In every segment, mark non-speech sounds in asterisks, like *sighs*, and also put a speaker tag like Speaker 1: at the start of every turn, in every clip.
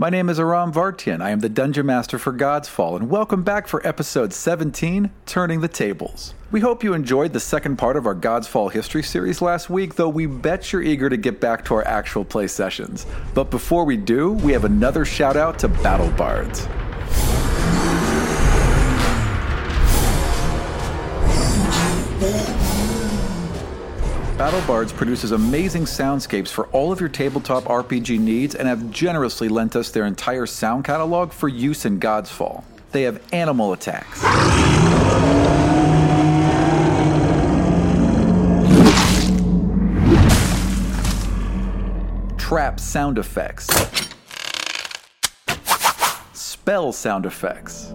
Speaker 1: My name is Aram Vartian. I am the Dungeon Master for God's Fall, and welcome back for episode 17 Turning the Tables. We hope you enjoyed the second part of our God's Fall history series last week, though we bet you're eager to get back to our actual play sessions. But before we do, we have another shout out to Battle Bards. Battle Bards produces amazing soundscapes for all of your tabletop RPG needs and have generously lent us their entire sound catalog for use in God's Fall. They have animal attacks, trap sound effects, spell sound effects.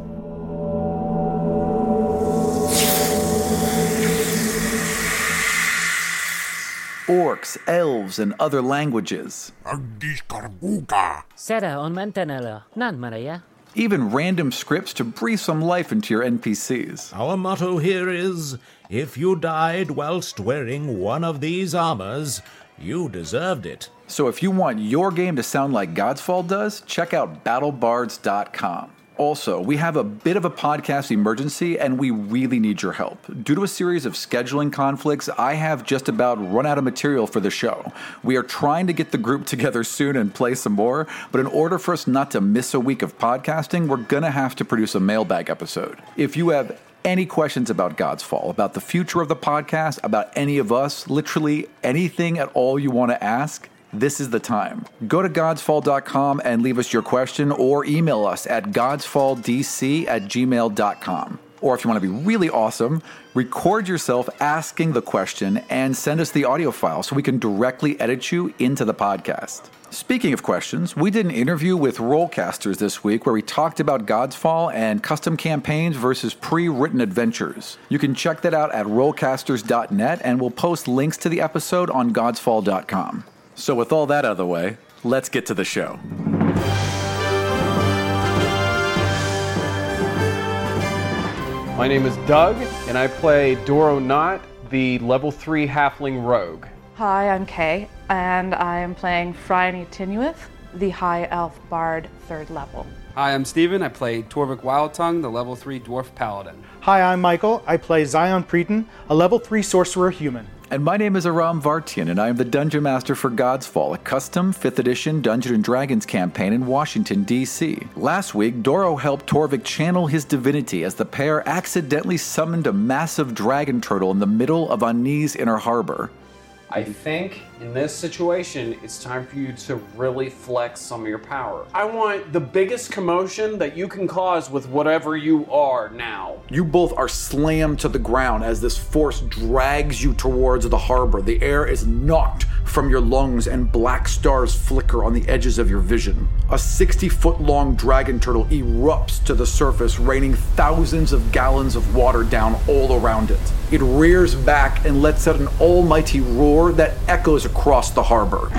Speaker 1: Orcs, elves, and other languages.
Speaker 2: Angiskarbuka.
Speaker 3: Sera on mantenella, non Maria.
Speaker 1: Even random scripts to breathe some life into your NPCs.
Speaker 4: Our motto here is if you died whilst wearing one of these armors, you deserved it.
Speaker 1: So if you want your game to sound like God's Fall does, check out battlebards.com. Also, we have a bit of a podcast emergency and we really need your help. Due to a series of scheduling conflicts, I have just about run out of material for the show. We are trying to get the group together soon and play some more, but in order for us not to miss a week of podcasting, we're going to have to produce a mailbag episode. If you have any questions about God's Fall, about the future of the podcast, about any of us, literally anything at all you want to ask, this is the time. Go to godsfall.com and leave us your question or email us at godsfalldc at gmail.com. Or if you want to be really awesome, record yourself asking the question and send us the audio file so we can directly edit you into the podcast. Speaking of questions, we did an interview with Rollcasters this week where we talked about God's Fall and custom campaigns versus pre written adventures. You can check that out at rollcasters.net and we'll post links to the episode on godsfall.com. So, with all that out of the way, let's get to the show.
Speaker 5: My name is Doug, and I play Doro Knot, the level 3 halfling rogue.
Speaker 6: Hi, I'm Kay, and I am playing Phryne Tinuith, the High Elf Bard third level.
Speaker 7: Hi, I'm Steven. I play Torvik Wildtongue, the level 3 dwarf paladin.
Speaker 8: Hi, I'm Michael. I play Zion Preeton, a level 3 sorcerer human.
Speaker 1: And my name is Aram Vartian, and I am the Dungeon Master for God's Fall, a custom 5th edition Dungeon and Dragons campaign in Washington, D.C. Last week, Doro helped Torvik channel his divinity as the pair accidentally summoned a massive dragon turtle in the middle of Anise Inner Harbor.
Speaker 7: I think in this situation, it's time for you to really flex some of your power. I want the biggest commotion that you can cause with whatever you are now.
Speaker 1: You both are slammed to the ground as this force drags you towards the harbor. The air is knocked from your lungs, and black stars flicker on the edges of your vision. A 60 foot long dragon turtle erupts to the surface, raining thousands of gallons of water down all around it. It rears back and lets out an almighty roar that echoes across the harbor.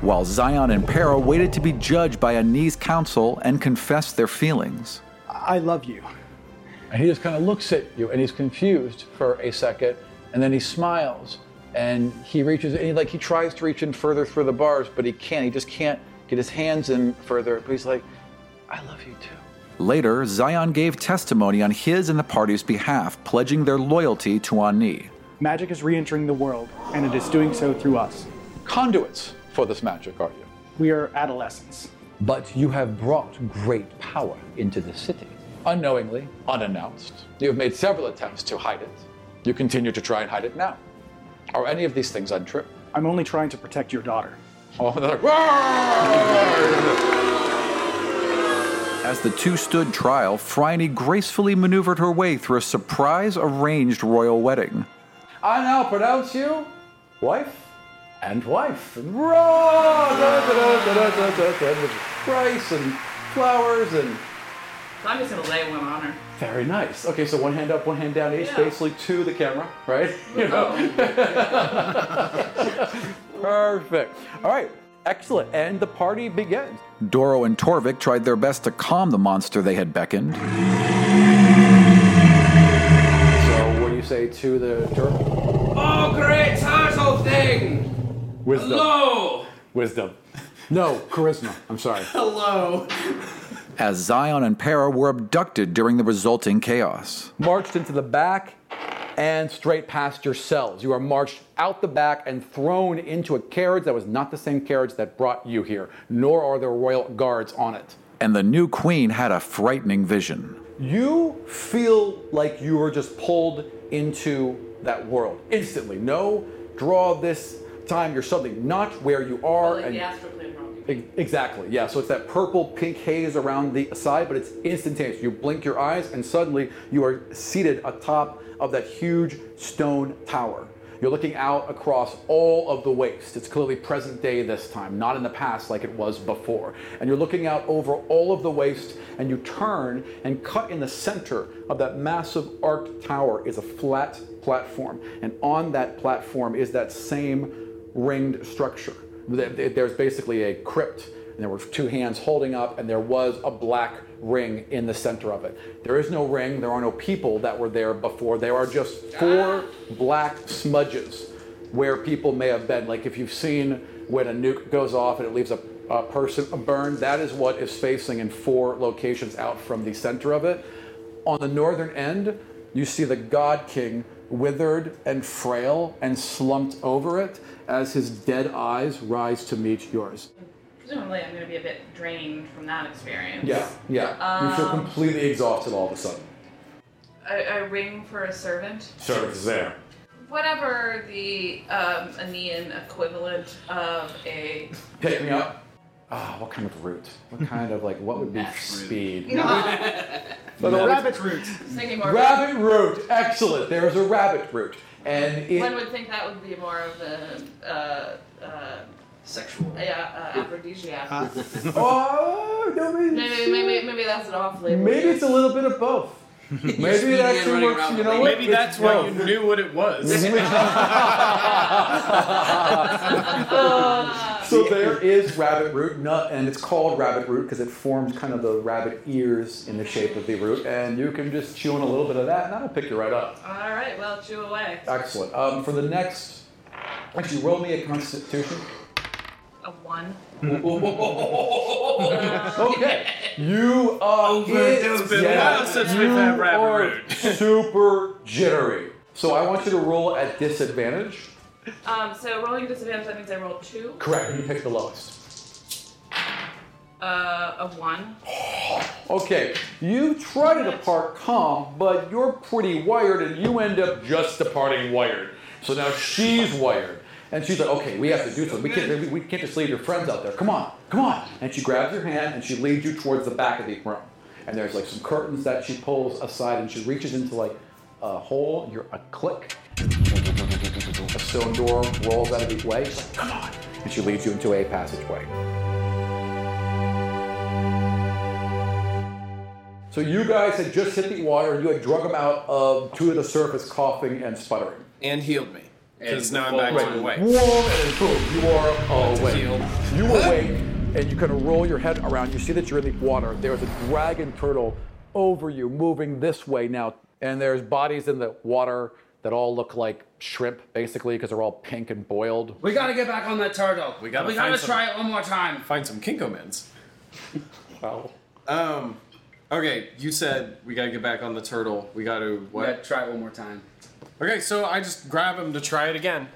Speaker 1: While Zion and Para waited to be judged by Annie's council and confessed their feelings.
Speaker 8: I love you.
Speaker 9: And he just kind of looks at you and he's confused for a second and then he smiles and he reaches and he like he tries to reach in further through the bars but he can't he just can't get his hands in further but he's like i love you too
Speaker 1: Later, Zion gave testimony on his and the party's behalf, pledging their loyalty to Annie.
Speaker 8: Magic is re entering the world, and it is doing so through us.
Speaker 9: conduits for this magic are you
Speaker 8: We are adolescents.
Speaker 1: but you have brought great power into the city. Unknowingly, unannounced. You have made several attempts to hide it. You continue to try and hide it now. Are any of these things untrue?
Speaker 10: I'm only trying to protect your daughter.
Speaker 1: Oh, they're like, "Roar!"
Speaker 11: As the two stood trial, Phryne gracefully maneuvered her way through a surprise arranged royal wedding.
Speaker 1: I now pronounce you wife and wife. And roar! Da, da, da, da, da, da, da, da. Rice and flowers and
Speaker 8: I'm just gonna lay one on her.
Speaker 1: very nice. Okay, so one hand up, one hand down, each
Speaker 8: Yeah.
Speaker 1: basically to the camera, right? *laughs* You know? Perfect. All right, excellent. And the party begins.
Speaker 11: Doro and Torvik tried their best to calm the monster they had beckoned.
Speaker 1: So what do you say to the turtle?
Speaker 7: Oh, great turtle thing!
Speaker 1: Wisdom.
Speaker 7: Hello!
Speaker 1: Wisdom. No, charisma. I'm sorry.
Speaker 7: Hello!
Speaker 11: As Zion and Para were abducted during the resulting chaos.
Speaker 1: marched into the back and straight past yourselves. You are marched out the back and thrown into a carriage that was not the same carriage that brought you here, nor are there royal guards on it.
Speaker 11: And the new queen had a frightening vision.
Speaker 1: You feel like you were just pulled into that world instantly. No, draw this time. You're suddenly not where you are.
Speaker 8: Like
Speaker 1: and
Speaker 8: the astral plane wrong.
Speaker 1: E- Exactly, yeah. So it's that purple pink haze around the side, but it's instantaneous. You blink your eyes, and suddenly you are seated atop of that huge stone tower. You're looking out across all of the waste. It's clearly present day this time, not in the past like it was before. And you're looking out over all of the waste, and you turn and cut in the center of that massive arced tower is a flat platform. And on that platform is that same ringed structure. Th- th- There's basically a crypt, and there were two hands holding up, and there was a black ring in the center of it. There is no ring, there are no people that were there before. There are just four black smudges where people may have been. Like if you've seen when a nuke goes off and it leaves a, a person burned, that is what is facing in four locations out from the center of it. On the northern end, you see the God King withered and frail and slumped over it as his dead eyes rise to meet yours.
Speaker 8: Presumably, I'm gonna be a bit drained from that experience.
Speaker 1: Yeah, yeah. you feel
Speaker 8: Um,
Speaker 1: completely exhausted all of a sudden.
Speaker 8: A, a ring for a servant.
Speaker 1: Service is there.
Speaker 8: Whatever the um, Aenean equivalent of a.
Speaker 1: Pick me up. Ah, what kind of route? What kind of like what would be
Speaker 8: *laughs*
Speaker 1: speed? But a rabbit route.
Speaker 8: Thinking more
Speaker 1: Rabbit route. Excellent. There is a rabbit route, and it,
Speaker 8: One would think that would be more of a uh, uh,
Speaker 7: sexual.
Speaker 8: Yeah, uh, aphrodisiac.
Speaker 1: oh, no, maybe,
Speaker 8: maybe, maybe, maybe that's an off label.
Speaker 1: maybe it's a little bit of both. Maybe it actually works. You know what?
Speaker 2: Maybe that's
Speaker 1: why *laughs*
Speaker 2: why you knew what it was.
Speaker 1: so there is rabbit root, nut, and it's called rabbit root because it forms kind of the rabbit ears in the shape of the root, and you can just chew on a little bit of that, and that'll pick you right up.
Speaker 8: All right, well, chew away.
Speaker 1: Excellent. Um, for the next, actually, roll me a Constitution.
Speaker 8: A one.
Speaker 1: *laughs* okay, you are.
Speaker 2: it's been a while since we've had rabbit
Speaker 1: are
Speaker 2: *laughs*
Speaker 1: super jittery. So I want you to roll at disadvantage.
Speaker 8: Um, so rolling disadvantage, that means I rolled two.
Speaker 1: Correct. You pick the lowest.
Speaker 8: Uh, a one.
Speaker 1: Okay, you try to depart calm, but you're pretty wired and you end up just departing wired. So now she's wired. And she's like, okay, we have to do something. We can't, we- we can't just leave your friends out there. Come on, come on. And she grabs your hand and she leads you towards the back of the room. And there's like some curtains that she pulls aside and she reaches into like a hole. You're a click. A stone door rolls out of each way. She's like, come on. And she leads you into a passageway. So you guys had just hit the water and you had drug him out of to the surface coughing and sputtering.
Speaker 2: and healed me. Because
Speaker 1: And
Speaker 2: now I'm back
Speaker 1: right.
Speaker 2: to the
Speaker 1: Whoa,
Speaker 2: way.
Speaker 1: and boom, you are awake. You awake, and you kind of roll your head around. You see that you're in the water. There's a dragon turtle over you, moving this way now, and there's bodies in the water that all look like shrimp, basically, because they're all pink and boiled.
Speaker 7: We gotta get back on that turtle. We
Speaker 2: gotta
Speaker 7: we gotta
Speaker 2: find some-
Speaker 7: try it one more time.
Speaker 2: Find some Kinkomans.
Speaker 1: Wow.
Speaker 2: Um. Okay, you said we gotta get back on the turtle. We gotta what?
Speaker 7: gotta try it one more time.
Speaker 2: Okay, so I just grab him to try it again.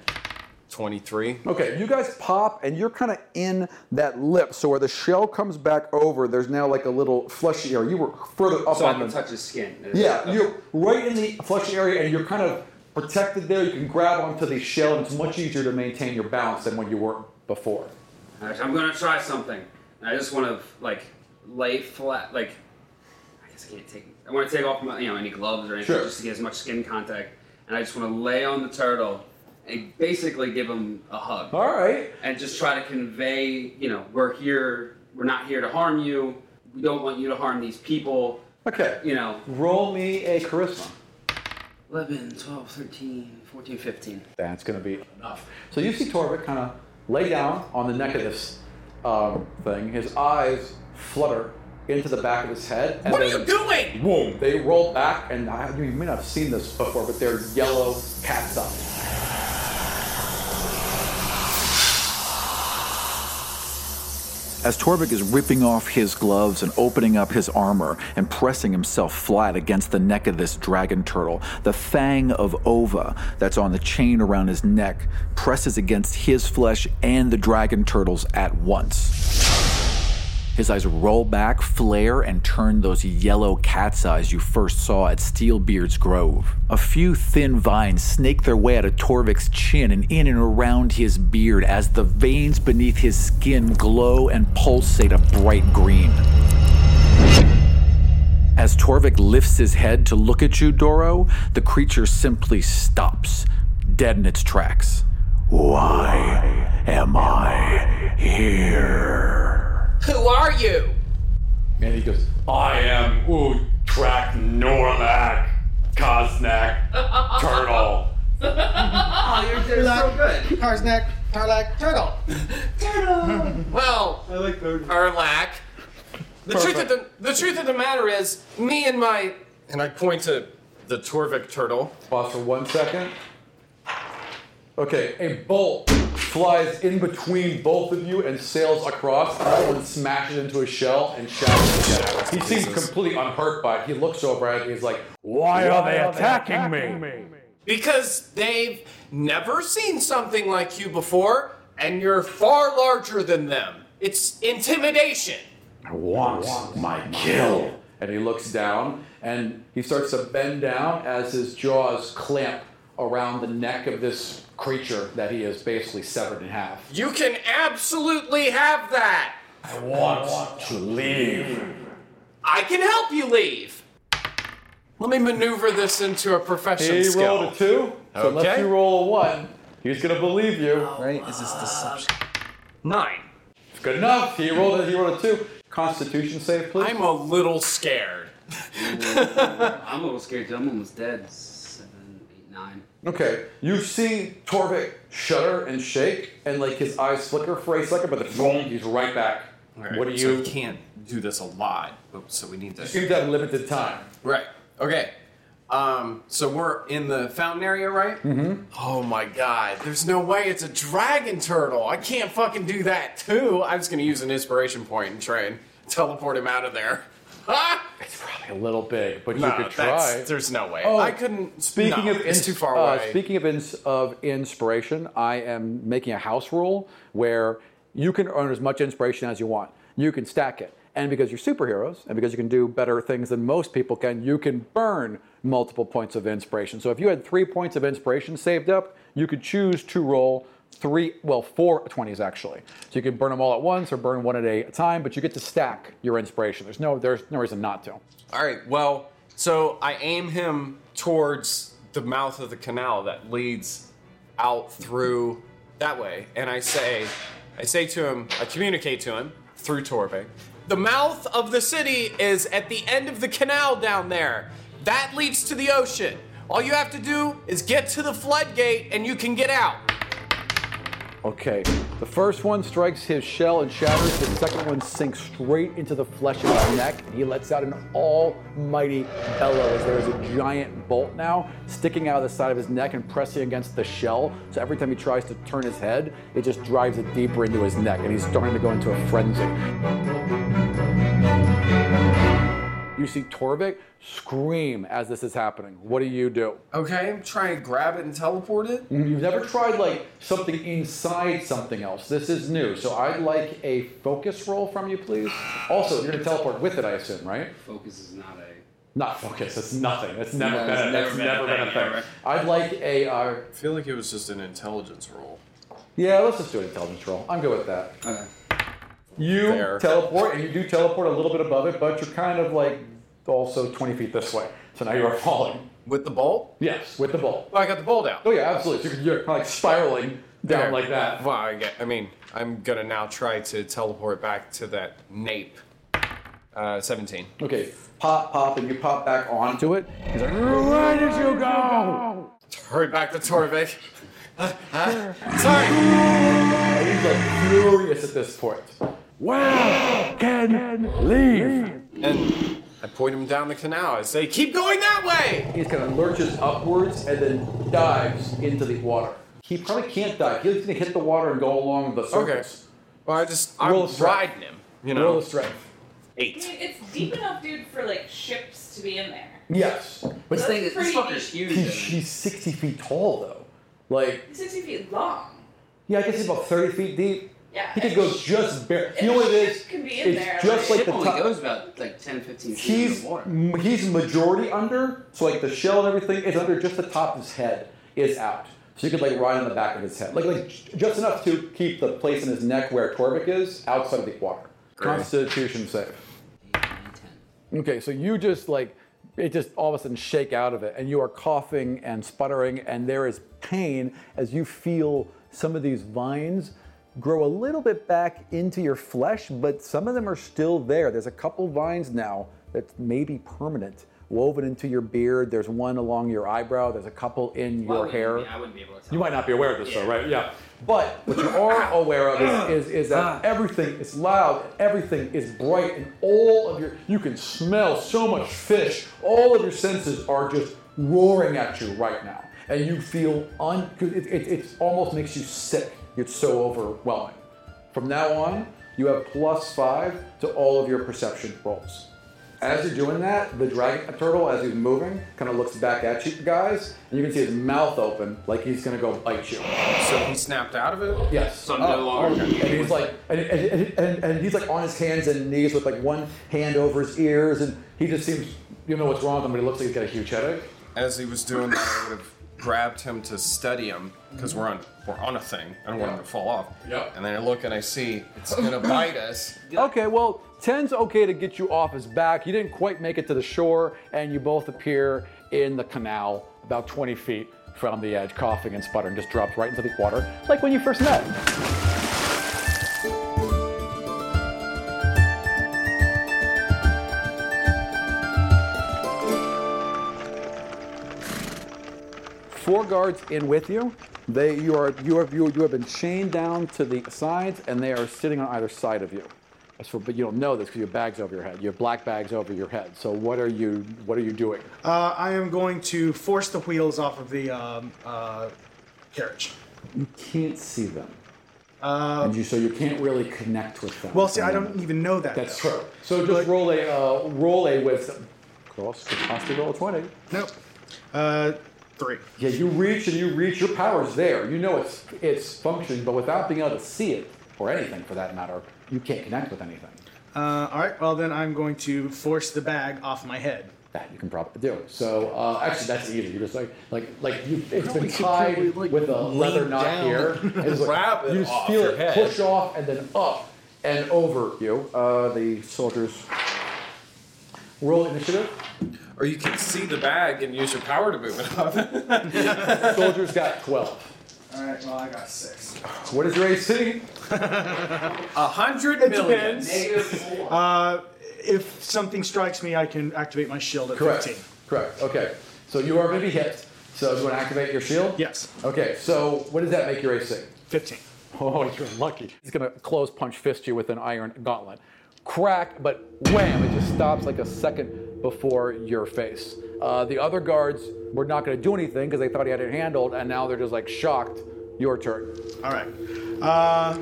Speaker 2: 23.
Speaker 1: Okay, you guys pop, and you're kind of in that lip. So where the shell comes back over, there's now like a little fleshy area. You were further up
Speaker 7: so I
Speaker 1: on
Speaker 7: can
Speaker 1: the
Speaker 7: touch his skin.
Speaker 1: Yeah,
Speaker 7: Okay.
Speaker 1: you're right in the fleshy area, and you're kind of protected there. You can grab onto the shell, and it's much easier to maintain your balance than when you were before.
Speaker 7: Alright, I'm gonna try something. I just want to like lay flat. Like I guess I can't take. I want to take off my you know any gloves or anything
Speaker 1: Sure.
Speaker 7: just to get as much skin contact, and I just want to lay on the turtle and basically give him a hug.
Speaker 1: All right.
Speaker 7: And just try to convey, you know, we're here. We're not here to harm you. We don't want you to harm these people.
Speaker 1: Okay.
Speaker 7: You know.
Speaker 1: Roll me a charisma.
Speaker 7: 11, 12, 13, 14, 15.
Speaker 1: That's going to be enough. So you see Torvik kind of lay down on the neck of this um, thing. His eyes flutter into the back of his head. And what are you doing? Boom. They roll back, and I, you may not have seen this before, but they're yellow cat's eyes. As Torvik is ripping off his gloves and opening up his armor and pressing himself flat against the neck of this dragon turtle, the fang of Ova that's on the chain around his neck presses against his flesh and the dragon turtle's at once. His eyes roll back, flare, and turn those yellow cat's eyes you first saw at Steelbeard's Grove. A few thin vines snake their way out of Torvik's chin and in and around his beard as the veins beneath his skin glow and pulsate a bright green. As Torvik lifts his head to look at you, Doro, the creature simply stops, dead in its tracks. Why am I here?
Speaker 12: Who are you?
Speaker 1: And he goes,
Speaker 13: I am Utrak Norlak Kosnak Turtle.
Speaker 12: oh, you're doing so good.
Speaker 14: Karsnak, Tarlac, Turtle.
Speaker 12: Well, I like Erlac.
Speaker 2: The
Speaker 12: Perfect.
Speaker 2: truth, of the, the truth of the matter is, me and my. And I point to the Torvik turtle.
Speaker 1: Pause for one second. Okay, a bolt flies in between both of you and sails across. That one smashes into his shell and shatters together. He seems completely unhurt by it. He looks over at it and he's like,
Speaker 13: Why are they attacking me?
Speaker 2: Because they've never seen something like you before, and you're far larger than them. It's intimidation.
Speaker 1: I want my kill. And he looks down and he starts to bend down as his jaws clamp around the neck of this creature that he has basically severed in half.
Speaker 2: You can absolutely have that.
Speaker 1: I want to leave.
Speaker 2: I can help you leave. Let me maneuver this into a profession
Speaker 1: He
Speaker 2: skill.
Speaker 1: rolled a two. So unless
Speaker 2: Okay.
Speaker 1: you roll a one, he's gonna believe you. right?
Speaker 2: Is this deception? Nine.
Speaker 1: It's good enough. He rolled a he rolled a two. Constitution save, please.
Speaker 2: I'm a little scared.
Speaker 7: I'm a little scared too. I'm almost dead. Seven, eight, nine.
Speaker 1: Okay. You see Torvik shudder and shake, and like his eyes flicker for a second, but then boom, he's right back.
Speaker 2: Alright,
Speaker 1: what do
Speaker 2: so
Speaker 1: you?
Speaker 2: we can't do this a lot, but so we need to.
Speaker 1: You've got limited time.
Speaker 2: Right. Okay. Um, so we're in the fountain area, right?
Speaker 1: Mm-hmm.
Speaker 2: Oh my god, there's no way it's a dragon turtle. I can't fucking do that too. I was gonna use an inspiration point and try and teleport him out of there. *laughs* Ah!
Speaker 1: A little big, but
Speaker 2: No,
Speaker 1: you could
Speaker 2: that's-
Speaker 1: try.
Speaker 2: There's no way.
Speaker 1: Oh,
Speaker 2: I couldn't.
Speaker 1: Speaking
Speaker 2: no,
Speaker 1: of
Speaker 2: it's
Speaker 1: ins-
Speaker 2: too far
Speaker 1: uh,
Speaker 2: away.
Speaker 1: speaking of ins- of inspiration, I am making a house rule where you can earn as much inspiration as you want. You can stack it, and because you're superheroes, and because you can do better things than most people can, you can burn multiple points of inspiration. So if you had three points of inspiration saved up, you could choose to roll three, well, four 20s actually. So you can burn them all at once or burn one at a time, but you get to stack your inspiration. There's no there's no reason not to.
Speaker 2: All right. Well, so I aim him towards the mouth of the canal that leads out through that way, and I say, I say to him, I communicate to him through Torvik. The mouth of the city is at the end of the canal down there. That leads to the ocean. All you have to do is get to the floodgate, and you can get out.
Speaker 1: Okay. The first one strikes his shell and shatters. The second one sinks straight into the flesh of his neck, and he lets out an almighty bellow as there is a giant bolt now sticking out of the side of his neck and pressing against the shell. So every time he tries to turn his head, it just drives it deeper into his neck, and he's starting to go into a frenzy. You see Torvik scream as this is happening. What do you do?
Speaker 2: Okay, try and grab it and teleport it.
Speaker 1: You've never tried like something inside something else. This is new. So I'd like a focus roll from you, please. Also, you're gonna teleport with it, I assume, right?
Speaker 7: Focus is not a.
Speaker 1: Not focus. It's nothing. It's never
Speaker 7: No,
Speaker 1: been.
Speaker 7: it's
Speaker 1: a-
Speaker 7: never
Speaker 1: that's
Speaker 7: been a
Speaker 1: never been a
Speaker 7: thing,
Speaker 1: thing.
Speaker 7: ever.
Speaker 1: I'd like a. Uh,
Speaker 2: I feel like it was just an intelligence roll.
Speaker 1: yeah, let's just do an intelligence roll. I'm good with that.
Speaker 2: Okay.
Speaker 1: You teleport, and you do teleport a little bit above it, but you're kind of like also 20 feet this way. So now you are *laughs* falling.
Speaker 2: With the bolt?
Speaker 1: Yes, with the bolt.
Speaker 2: Oh, I got the bolt out.
Speaker 1: Oh yeah, absolutely. So you're, you're like spiraling down
Speaker 2: There.
Speaker 1: like that.
Speaker 2: Well, I, get, I mean, I'm gonna now try to teleport back to that nape. Uh, 17.
Speaker 1: Okay, pop, pop, and you pop back onto it. He's like, where did you go?
Speaker 2: Hurry back to Torvik. Uh, Huh?
Speaker 1: Sorry. He's like furious at this point.
Speaker 2: Well,
Speaker 1: can leave.
Speaker 2: And I point him down the canal. I say, keep going that way!
Speaker 1: He's kind of lurches upwards and then dives into the water. He probably can't dive. He's gonna hit the water and go along the surface.
Speaker 2: Well, I just, I'm
Speaker 1: Roll of strength.
Speaker 2: riding him, you know?
Speaker 1: Roll of strength.
Speaker 6: I mean, it's deep enough, dude, for like ships to be in there.
Speaker 1: Yes.
Speaker 6: This thing is- this fucker's
Speaker 1: huge. she's 60 feet tall, though. Like,
Speaker 6: It's 60 feet long.
Speaker 1: yeah, I guess he's about 30 feet deep.
Speaker 6: Yeah,
Speaker 1: He could
Speaker 6: and
Speaker 1: go
Speaker 6: sh-
Speaker 1: just bare.
Speaker 6: and
Speaker 1: You know what it
Speaker 6: shit
Speaker 1: is?
Speaker 6: can be in
Speaker 1: It's
Speaker 6: there,
Speaker 1: just
Speaker 6: like-
Speaker 1: like the
Speaker 7: Ship only
Speaker 1: top.
Speaker 7: goes about like 10, 15 feet
Speaker 1: He's
Speaker 7: in the water.
Speaker 1: m- he's majority under, so like the shell and everything is under. Just the top of his head is out, so you could like ride on the back of his head, like like j- just enough to keep the place in his neck where Torvik is outside of the water.
Speaker 2: Great.
Speaker 1: Constitution save. Okay, so you just like it just all of a sudden shake out of it, and you are coughing and sputtering, and there is pain as you feel some of these vines grow a little bit back into your flesh, but some of them are still there. There's a couple vines now that may be permanent, woven into your beard. There's one along your eyebrow. There's a couple in
Speaker 7: Why
Speaker 1: your
Speaker 7: wouldn't you
Speaker 1: hair.
Speaker 7: be- I wouldn't be able to tell.
Speaker 1: You might not be aware of this, though,
Speaker 7: Yeah.
Speaker 1: right? Yeah. But what you are aware of is, is, is that everything is loud, everything is bright, and all of your, you can smell so much fish. All of your senses are just roaring at you right now. And you feel, un, 'cause it, it, it almost makes you sick. It's so overwhelming. From now on, you have plus five to all of your perception rolls. As you're doing that, the dragon turtle, as he's moving, kind of looks back at you guys, and you can see his mouth open, like he's gonna go bite you.
Speaker 2: So he snapped out of it?
Speaker 1: Yes.
Speaker 2: So no
Speaker 1: Oh,
Speaker 2: longer.
Speaker 1: And he's like, and, and, and- and, and he's like on his hands and knees with like one hand over his ears, and he just seems, you don't know what's wrong with him, but he looks like he's got a huge headache.
Speaker 2: As he was doing that, I would have grabbed him to steady him because we're on we're on a thing. I don't want him to fall off. Yep. And then I look and I see it's gonna bite us.
Speaker 1: Okay, well, 10's okay to get you off his back. You didn't quite make it to the shore, and you both appear in the canal about 20 feet from the edge, coughing and sputtering, just dropped right into the water, like when you first met. Four guards in with you. They, you are, you have, you, you have been chained down to the sides, and they are sitting on either side of you. That's for, but you don't know this because you have bags over your head. You have black bags over your head. So what are you, what are you doing?
Speaker 8: Uh, I am going to force the wheels off of the um, uh, carriage.
Speaker 1: You can't see them,
Speaker 8: Uh,
Speaker 1: and you, so you can't really connect with them.
Speaker 8: well, see, I don't even know that.
Speaker 1: That's
Speaker 8: though.
Speaker 1: true. So just roll a uh, roll a wisdom. Cross, cross roll a twenty.
Speaker 8: Nope. Uh, three.
Speaker 1: Yeah, you reach and you reach. Your power's there. You know it's it's functioning, but without being able to see it or anything for that matter, you can't connect with anything.
Speaker 8: Uh, all right. Well, then I'm going to force the bag off my head.
Speaker 1: That you can probably do. So uh, actually, that's easy. You're just like like like you. It's
Speaker 8: Probably
Speaker 1: been
Speaker 8: could
Speaker 1: tied
Speaker 8: probably, like,
Speaker 1: with a
Speaker 8: lean
Speaker 1: leather knot
Speaker 8: down
Speaker 1: here.
Speaker 8: and
Speaker 1: And *laughs* it's like,
Speaker 8: grab it
Speaker 1: you just
Speaker 8: off
Speaker 1: feel
Speaker 8: your
Speaker 1: it
Speaker 8: head.
Speaker 1: push off and then up and over you. Uh, the soldiers roll initiative.
Speaker 2: Or you can see the bag and use your power to move it up.
Speaker 1: Soldiers got twelve.
Speaker 8: All right. Well, I got six.
Speaker 1: What is your
Speaker 8: *laughs*
Speaker 1: AC?
Speaker 2: A hundred
Speaker 8: It
Speaker 2: million.
Speaker 8: depends.
Speaker 1: *laughs*
Speaker 8: Uh, if something strikes me, I can activate my shield at
Speaker 1: Correct.
Speaker 8: 15.
Speaker 1: Correct. Okay. So you are going to be hit. So do you want to activate your shield? Yes. Okay. So what does that make your AC?
Speaker 8: 15.
Speaker 1: *laughs* Oh, you're lucky. He's going to close punch fist you with an iron gauntlet. Crack, but wham! It just stops like a second before your face. Uh, the other guards were not going to do anything because they thought he had it handled, and now they're just like shocked. Your turn.
Speaker 8: All right. Uh,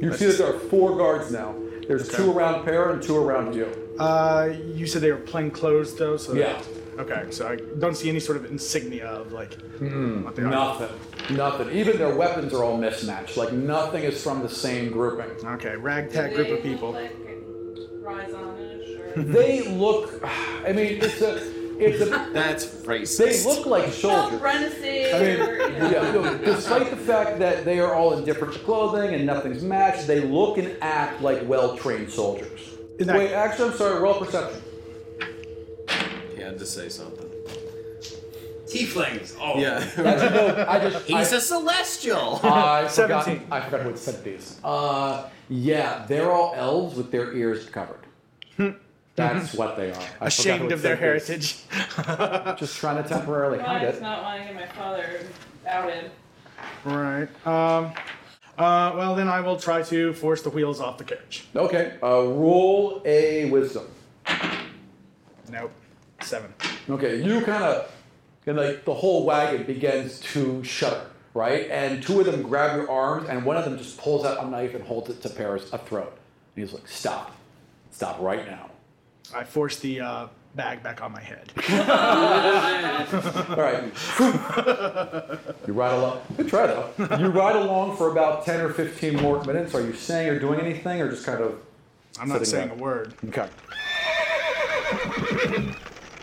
Speaker 1: You see that there are four guards now, There's two around Para and two around you.
Speaker 8: Uh, you said they were plain clothes though, so
Speaker 1: Yeah.
Speaker 8: Okay, so I don't see any sort of insignia of like what they are.
Speaker 1: Hmm, Nothing. Nothing. Even their weapons are all mismatched. Like nothing is from the same grouping.
Speaker 8: Okay, ragtag group of people.
Speaker 1: *laughs*
Speaker 6: *laughs*
Speaker 1: they look. *sighs* I mean, it's a. It's
Speaker 2: *laughs*
Speaker 1: a.
Speaker 2: That's racist.
Speaker 1: They look like soldiers.
Speaker 6: Renzi.
Speaker 1: I mean, yeah, no, despite the fact that they are all in different clothing and nothing's matched, they look and act like well-trained soldiers. Wait, actually, I'm sorry. Roll perception.
Speaker 2: He had to say something.
Speaker 15: Tieflings. Oh.
Speaker 2: Yeah. *laughs*
Speaker 1: Actually, no, I
Speaker 8: *laughs*
Speaker 1: just.
Speaker 2: He's
Speaker 1: I-
Speaker 2: a celestial.
Speaker 1: I forgot. I forgot who said these. Uh, yeah, they're all elves with their ears covered. That's what they are. I forgot who
Speaker 8: Hmm. Mm-hmm. Ashamed of their
Speaker 1: said these.
Speaker 8: heritage.
Speaker 1: Just trying to temporarily hide
Speaker 6: Why
Speaker 1: it.
Speaker 6: is not wanting to get my father outed?
Speaker 8: Right. Um, uh, well, then I will try to force the wheels off the carriage.
Speaker 1: Okay. Uh, roll a wisdom.
Speaker 8: Nope. Seven.
Speaker 1: Okay, you kind of, and like the whole wagon begins to shudder, right? And two of them grab your arms, and one of them just pulls out a knife and holds it to Paris' a throat. And he's like, "Stop, stop right now."
Speaker 8: I force the uh, bag back on my head.
Speaker 1: All right. *laughs* you ride along. Good try though. You ride along for about ten or fifteen more minutes. Are you saying or doing anything, or just kind of?
Speaker 8: I'm not
Speaker 1: sitting
Speaker 8: saying
Speaker 1: there?
Speaker 8: a word.
Speaker 1: Okay.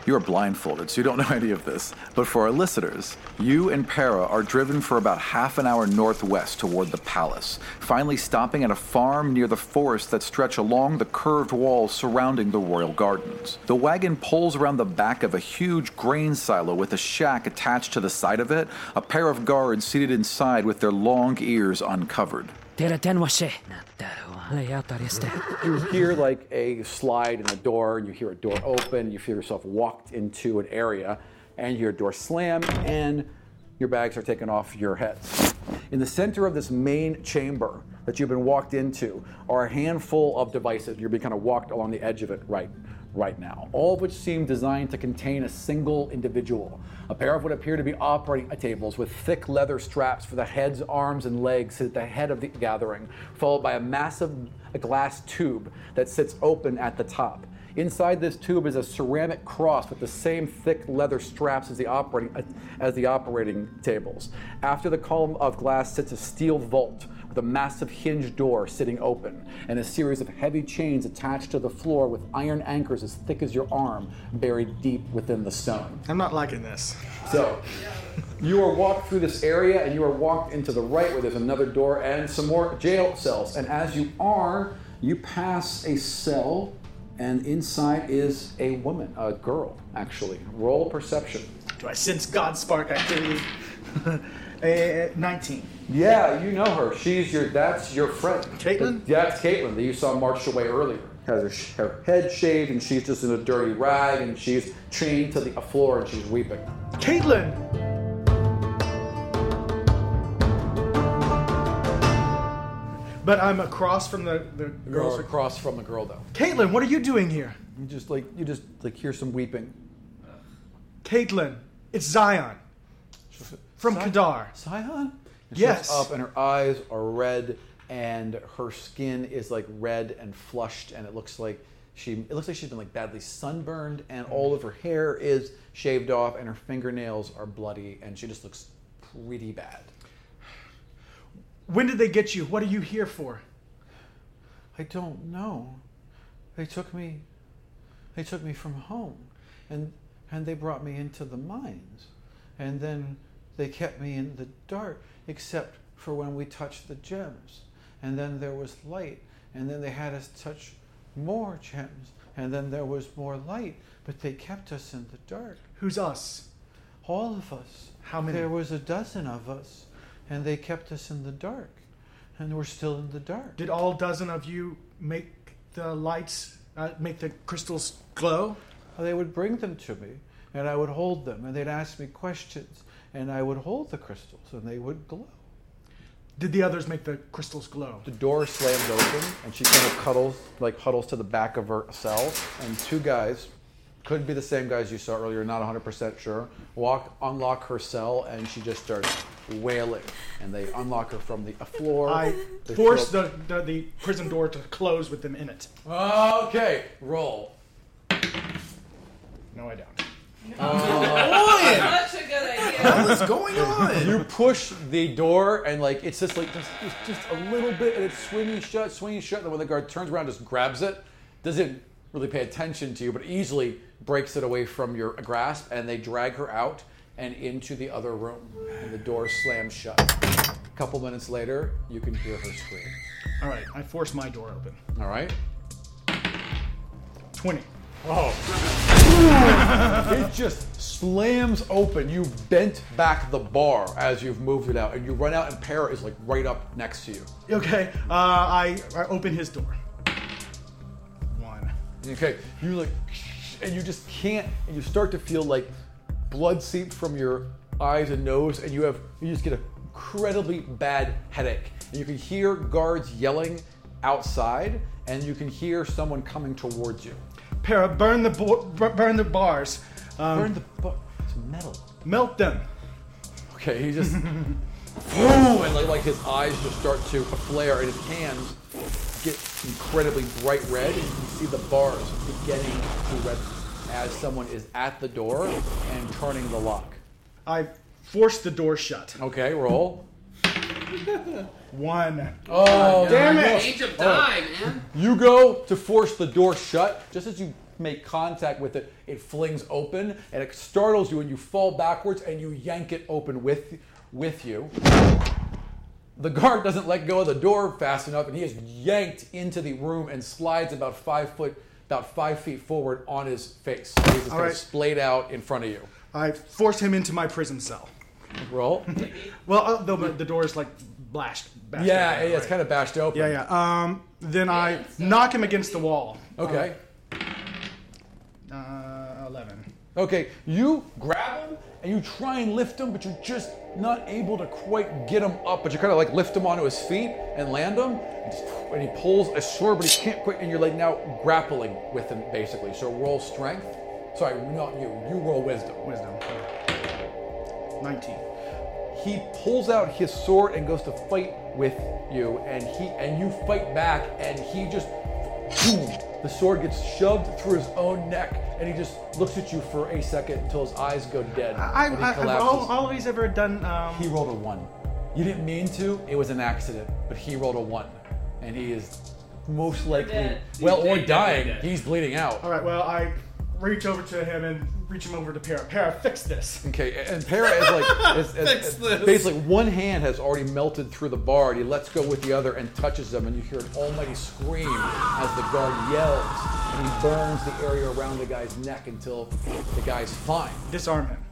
Speaker 16: You are blindfolded, so you don't know any of this. But for our listeners, you and Para are driven for about half an hour northwest toward the palace, finally stopping at a farm near the forest that stretch along the curved walls surrounding the royal gardens. The wagon pulls around the back of a huge grain silo with a shack attached to the side of it, a pair of guards seated inside with their long ears uncovered.
Speaker 1: You hear like a slide in the door, and you hear a door open. You feel yourself walked into an area, and your door slam, and your bags are taken off your heads. In the center of this main chamber that you've been walked into are a handful of devices. You're being kind of walked along the edge of it right, right now. All of which seem designed to contain a single individual. A pair of what appear to be operating tables with thick leather straps for the heads, arms, and legs sit at the head of the gathering, followed by a massive a glass tube that sits open at the top. Inside this tube is a ceramic cross with the same thick leather straps as the operating as the operating tables. After the column of glass sits a steel vault with a massive hinged door sitting open and a series of heavy chains attached to the floor with iron anchors as thick as your arm buried deep within the stone.
Speaker 8: I'm not liking this.
Speaker 1: So you are walked through this area and you are walked into the right where there's another door and some more jail cells. And as you are, you pass a cell and inside is a woman, a girl, actually. Roll perception.
Speaker 8: Do I sense God spark activity? *laughs* Eh, 19.
Speaker 1: Yeah, you know her. She's your that's your friend. Caitlin? That's Caitlin that you saw marched away earlier. Has her, sh- her head shaved and she's just in a dirty rag and she's chained to the floor and she's weeping.
Speaker 8: Caitlin! But I'm across from the, the girls.
Speaker 1: Girls across from the girl though.
Speaker 8: Caitlin, what are you doing here?
Speaker 1: You just like you just like hear some weeping.
Speaker 8: Caitlin, it's Zion. From Kadar.
Speaker 1: Zion? And she looks
Speaker 8: Yes.
Speaker 1: Up and her eyes are red, and her skin is like red and flushed, and it looks like she. It looks like she's been like badly sunburned, and all of her hair is shaved off, and her fingernails are bloody, and she just looks pretty bad.
Speaker 8: When did they get you? What are you here for?
Speaker 1: I don't know. They took me. They took me from home, and and they brought me into the mines, and then they kept me in the dark, except for when we touched the gems, and then there was light, and then they had us touch more gems, and then there was more light, but they kept us in the dark.
Speaker 8: Who's us?
Speaker 1: All of us.
Speaker 8: How many?
Speaker 1: There was a dozen of us, and they kept us in the dark, and we're still in the dark.
Speaker 8: Did all dozen of you make the lights, uh, make the crystals glow?
Speaker 1: They would bring them to me, and I would hold them, and they'd ask me questions, and I would hold the crystals, and they would glow.
Speaker 8: Did the others make the crystals glow?
Speaker 1: The door slams open, and she kind of cuddles, like huddles to the back of her cell, and two guys, could be the same guys you saw earlier, not 100% sure, walk, unlock her cell, and she just starts wailing, and they unlock her from the floor.
Speaker 8: I
Speaker 1: They
Speaker 8: force
Speaker 1: throw-
Speaker 8: the, the, the prison door to close with them in it.
Speaker 17: Okay, roll.
Speaker 8: No, I don't.
Speaker 17: Such a good idea.
Speaker 1: What is going on? You push the door and like it's just like just, just, just a little bit and it's swinging shut, swinging shut. And then when the guard turns around, just grabs it, doesn't really pay attention to you, but easily breaks it away from your grasp. And they drag her out and into the other room, and the door slams shut. A couple minutes later, you can hear her scream.
Speaker 8: All right, I force my door open.
Speaker 1: All right.
Speaker 8: 20.
Speaker 1: it just slams open. You bent back the bar as you've moved it out, and you run out, and Para is like right up next to you.
Speaker 8: Okay, uh, I, I open his door.
Speaker 1: Okay, you like, and you just can't, and you start to feel like blood seep from your eyes and nose, and you have, you just get an incredibly bad headache. And you can hear guards yelling outside, and you can hear someone coming towards you.
Speaker 8: Para, burn the bo- bur- burn the bars. Um,
Speaker 1: Burn the bar. It's metal.
Speaker 8: Melt them.
Speaker 1: Okay, he just, boom, and like, like his eyes just start to flare, and his hands get incredibly bright red, and you can see the bars beginning to red as someone is at the door and turning the lock.
Speaker 8: I force the door shut.
Speaker 1: Okay, roll.
Speaker 8: One.
Speaker 1: Oh,
Speaker 8: damn it!
Speaker 1: Age of time, You go to force the door shut. Just as you make contact with it, it flings open and it startles you, and you fall backwards and you yank it open with with you. The guard doesn't let go of the door fast enough, and he is yanked into the room and slides about five foot, about five feet forward on his face. He's just
Speaker 8: All
Speaker 1: kind
Speaker 8: right.
Speaker 1: of splayed out in front of you.
Speaker 8: I force him into my prison cell. *laughs*
Speaker 1: Roll.
Speaker 8: well, uh, the, the door is like blashed. bashed
Speaker 1: yeah,
Speaker 8: open,
Speaker 1: yeah, it's kind of bashed open.
Speaker 8: Yeah, yeah. Um, then I knock him against the wall.
Speaker 1: Okay.
Speaker 8: Uh, 11.
Speaker 1: Okay, you grab him and you try and lift him, but you're just not able to quite get him up. But you kind of like lift him onto his feet and land him, and, just- and he pulls a sword, but he can't quite. And you're like now grappling with him basically. So roll strength. Sorry, not you. You roll wisdom.
Speaker 8: Wisdom. 19.
Speaker 1: He pulls out his sword and goes to fight with you, and he and you fight back, and he just boom, the sword gets shoved through his own neck, and he just looks at you for a second until his eyes go dead.
Speaker 8: I,
Speaker 1: and he
Speaker 8: I, I've
Speaker 1: collapses.
Speaker 8: al- always ever done. Um,
Speaker 1: He rolled a one. You didn't mean to. It was an accident, but he rolled a one, and he is most likely
Speaker 8: dead.
Speaker 1: well
Speaker 8: He's
Speaker 1: or
Speaker 8: dead,
Speaker 1: dying.
Speaker 8: dead, dead.
Speaker 1: He's bleeding out.
Speaker 8: all right, well, I reach over to him and reach him over to Para. Para, fix this.
Speaker 1: Okay, and Para is
Speaker 8: *laughs*
Speaker 1: like, is, is-
Speaker 8: Fix
Speaker 1: is-
Speaker 8: this.
Speaker 1: basically one hand has already melted through the bar, and he lets go with the other and touches him, and you hear an almighty scream as the guard yells, and he burns the area around the guy's neck until the guy's fine.
Speaker 8: Disarm him.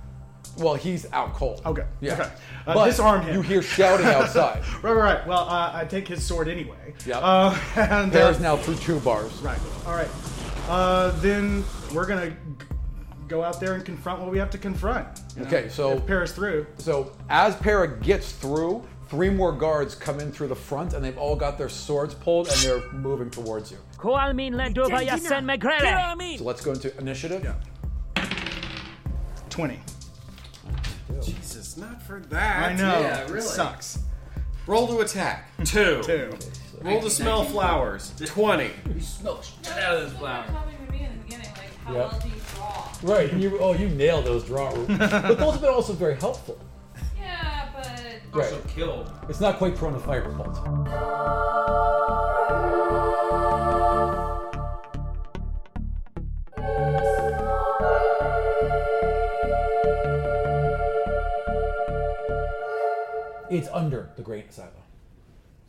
Speaker 1: Well, he's out cold. Okay. Yeah.
Speaker 8: Okay. Uh,
Speaker 1: but
Speaker 8: disarm him.
Speaker 1: You hear shouting
Speaker 8: *laughs*
Speaker 1: outside.
Speaker 8: right, right, right. Well, uh, I take his sword anyway.
Speaker 1: Yeah.
Speaker 8: Uh, *laughs* and, uh,
Speaker 1: Para's now through two bars.
Speaker 8: Right. All right. Uh, then we're gonna g- go out there and confront what we have to confront. you know,
Speaker 1: Okay, so
Speaker 8: if Paris through.
Speaker 1: So as Para gets through, three more guards come in through the front, and they've all got their swords pulled, and they're moving towards you.
Speaker 3: Koalmin lendova jasen megrele.
Speaker 1: So let's go into initiative.
Speaker 8: Twenty.
Speaker 2: Jesus, not for that.
Speaker 8: I know. Yeah, really. Sucks.
Speaker 2: Roll to
Speaker 1: *laughs*
Speaker 2: attack. Two.
Speaker 8: Two.
Speaker 2: Roll to smell flowers. Twenty.
Speaker 18: You smell shit out of this flower.
Speaker 1: Yep. Right. You, oh, you nailed those *laughs* draw rules. but those have been also very helpful.
Speaker 6: Yeah, but
Speaker 1: Right. It's not quite prone to fire fault. It's under the Great Asylum.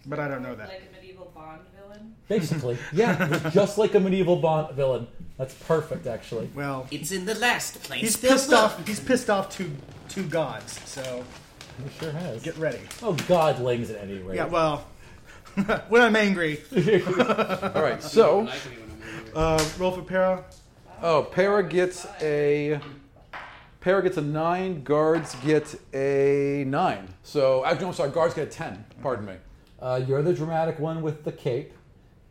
Speaker 8: But I don't know that.
Speaker 6: like a medieval Bond villain.
Speaker 1: *laughs* Basically, yeah, we're just like a medieval Bond villain. That's perfect, actually.
Speaker 8: Well,
Speaker 19: It's in the last place.
Speaker 8: He's
Speaker 19: Still
Speaker 8: pissed
Speaker 19: look.
Speaker 8: off. He's pissed off two two gods. So
Speaker 1: he sure has.
Speaker 8: Get ready.
Speaker 1: Oh, godlings at any rate.
Speaker 8: Yeah. Well, *laughs* when I'm angry.
Speaker 1: All right, so
Speaker 8: Uh, roll for Para.
Speaker 1: Oh, Para gets a. Para gets a nine. Guards get a nine. So actually, I'm sorry. Guards get a ten. Pardon me. Uh, you're the dramatic one with the cape,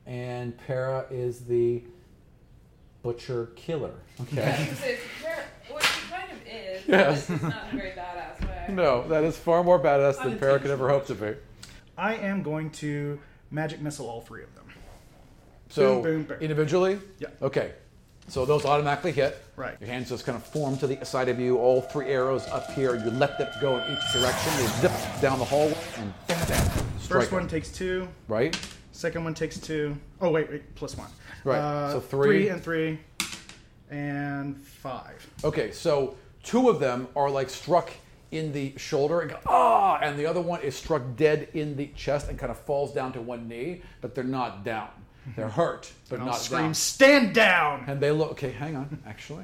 Speaker 1: and Para is the butcher killer. *laughs*
Speaker 6: Yeah, 'cause it's- where- Which he kind of is,
Speaker 1: Yes.
Speaker 6: but it's not in a very badass way. No, that is far more badass than Para could ever hope to be.
Speaker 8: I am going to magic missile all three of them.
Speaker 1: So
Speaker 8: Boom, boom, boom.
Speaker 1: individually?
Speaker 8: Yeah.
Speaker 1: Okay. So those automatically hit.
Speaker 8: Right.
Speaker 1: Your hands just kind of form to the side of you. All three arrows up here. You let them go in each direction. They zip down the hallway and bam, bam. Strike
Speaker 8: First one
Speaker 1: them,
Speaker 8: takes two.
Speaker 1: Right?
Speaker 8: Second one takes two. Oh wait, wait, plus one.
Speaker 1: Right,
Speaker 8: Uh,
Speaker 1: so three.
Speaker 8: three and three, and five.
Speaker 1: Okay, so two of them are like struck in the shoulder and go, ah, and the other one is struck dead in the chest and kind of falls down to one knee, but they're not down. They're hurt, but
Speaker 8: And I'll
Speaker 1: not
Speaker 8: scream,
Speaker 1: down.
Speaker 8: "Stand down!"
Speaker 1: And they look. Okay, hang on. Actually,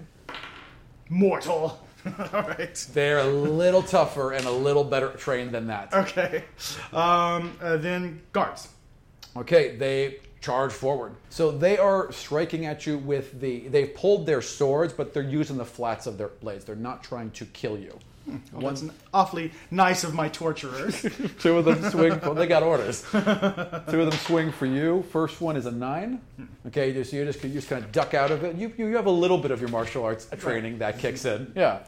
Speaker 8: Mortal. *laughs* all right.
Speaker 1: they're a little tougher and a little better trained than that.
Speaker 8: Okay. Um, uh, then guards.
Speaker 1: Okay, they charge forward. So they are striking at you with the. They've pulled their swords, but they're using the flats of their blades. They're not trying to kill you.
Speaker 8: Well, that's n- awfully nice of
Speaker 1: *laughs*
Speaker 8: my torturers.
Speaker 1: Two of them swing. Well, they got orders. Two of them swing for you. First one is a nine. Okay, you- so you just you just kind of duck out of it. You you you have a little bit of your martial arts training that kicks in. Yeah.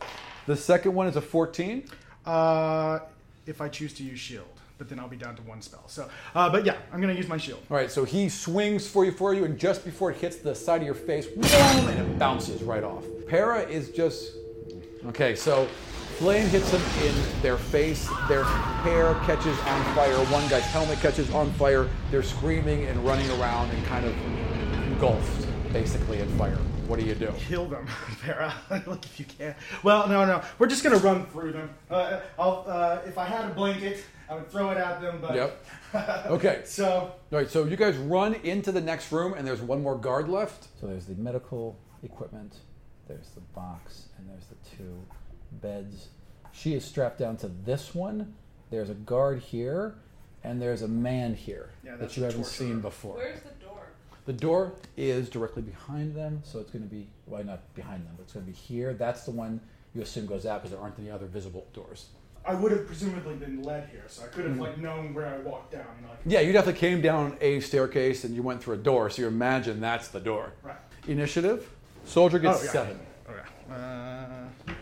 Speaker 1: The second one is a fourteen.
Speaker 8: Uh, if I choose to use shield, but then I'll be down to one spell. So, uh, but yeah, I'm gonna use my shield.
Speaker 1: All right, so he swings for you, for you, and just before it hits the side of your face, boom, and it bounces right off. Para is just okay. So flame hits him in their face. Their hair catches on fire. One guy's helmet catches on fire. They're screaming and running around and kind of engulfed, basically, in fire. What do you do?
Speaker 8: Kill them, *laughs* Vera. Look if you can. Well, no, no. We're just gonna run through them. Uh, I'll, uh, if I had a blanket, I would throw it at them. But
Speaker 1: Yep. Okay.
Speaker 8: So
Speaker 1: All right, so you guys run into the next room, and there's one more guard left. So there's the medical equipment, there's the box, and there's the two beds. She is strapped down to this one. There's a guard here, and there's a man here
Speaker 20: Yeah,
Speaker 1: that
Speaker 20: that's
Speaker 1: you
Speaker 20: a
Speaker 1: haven't
Speaker 20: torture.
Speaker 1: seen before.
Speaker 21: Where's the door?
Speaker 1: The door is directly behind them, so it's going to be well, not behind them, but it's going to be here. That's the one you assume goes out because there aren't any other visible doors.
Speaker 8: I would have presumably been led here, so I could have
Speaker 1: Mhm.
Speaker 8: like known where I walked down. You know, like,
Speaker 1: Yeah, you definitely came down a staircase and you went through a door, so you imagine that's the door.
Speaker 8: Right.
Speaker 1: Initiative. Soldier gets
Speaker 8: Oh, yeah.
Speaker 1: seven.
Speaker 8: Okay. Uh,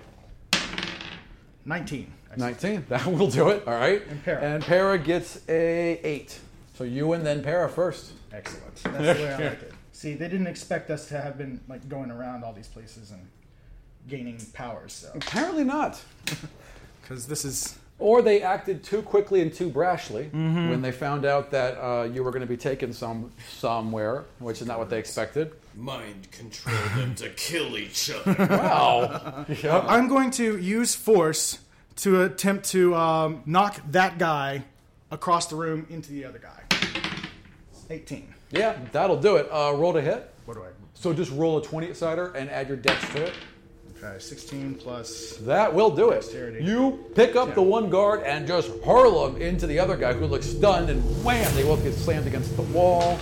Speaker 8: Nineteen.
Speaker 1: Nineteen. *laughs* That will do it. All right.
Speaker 8: And Para.
Speaker 1: And Para gets a eight. So you and then Para first.
Speaker 8: Excellent. That's the way I like it. See, they didn't expect us to have been like going around all these places and gaining powers. So
Speaker 1: Apparently not.
Speaker 8: Because this is.
Speaker 1: Or they acted too quickly and too brashly
Speaker 8: Mhm.
Speaker 1: when they found out that uh, you were going to be taken some somewhere, which is not what they
Speaker 8: *laughs*
Speaker 1: expected.
Speaker 2: Mind control them to kill *laughs* each other.
Speaker 1: Wow. Yep.
Speaker 8: I'm going to use force to attempt to um, knock that guy across the room into the other guy. 18.
Speaker 1: Yeah, that'll do it. Uh, roll to hit.
Speaker 8: What do I?
Speaker 1: So just roll a twenty sider and add your dex to it.
Speaker 8: Okay, 16 plus.
Speaker 1: That will do it.
Speaker 8: Dexterity.
Speaker 1: You pick up the one guard and just hurl him into the other guy who looks stunned, and wham, they both get slammed against the wall.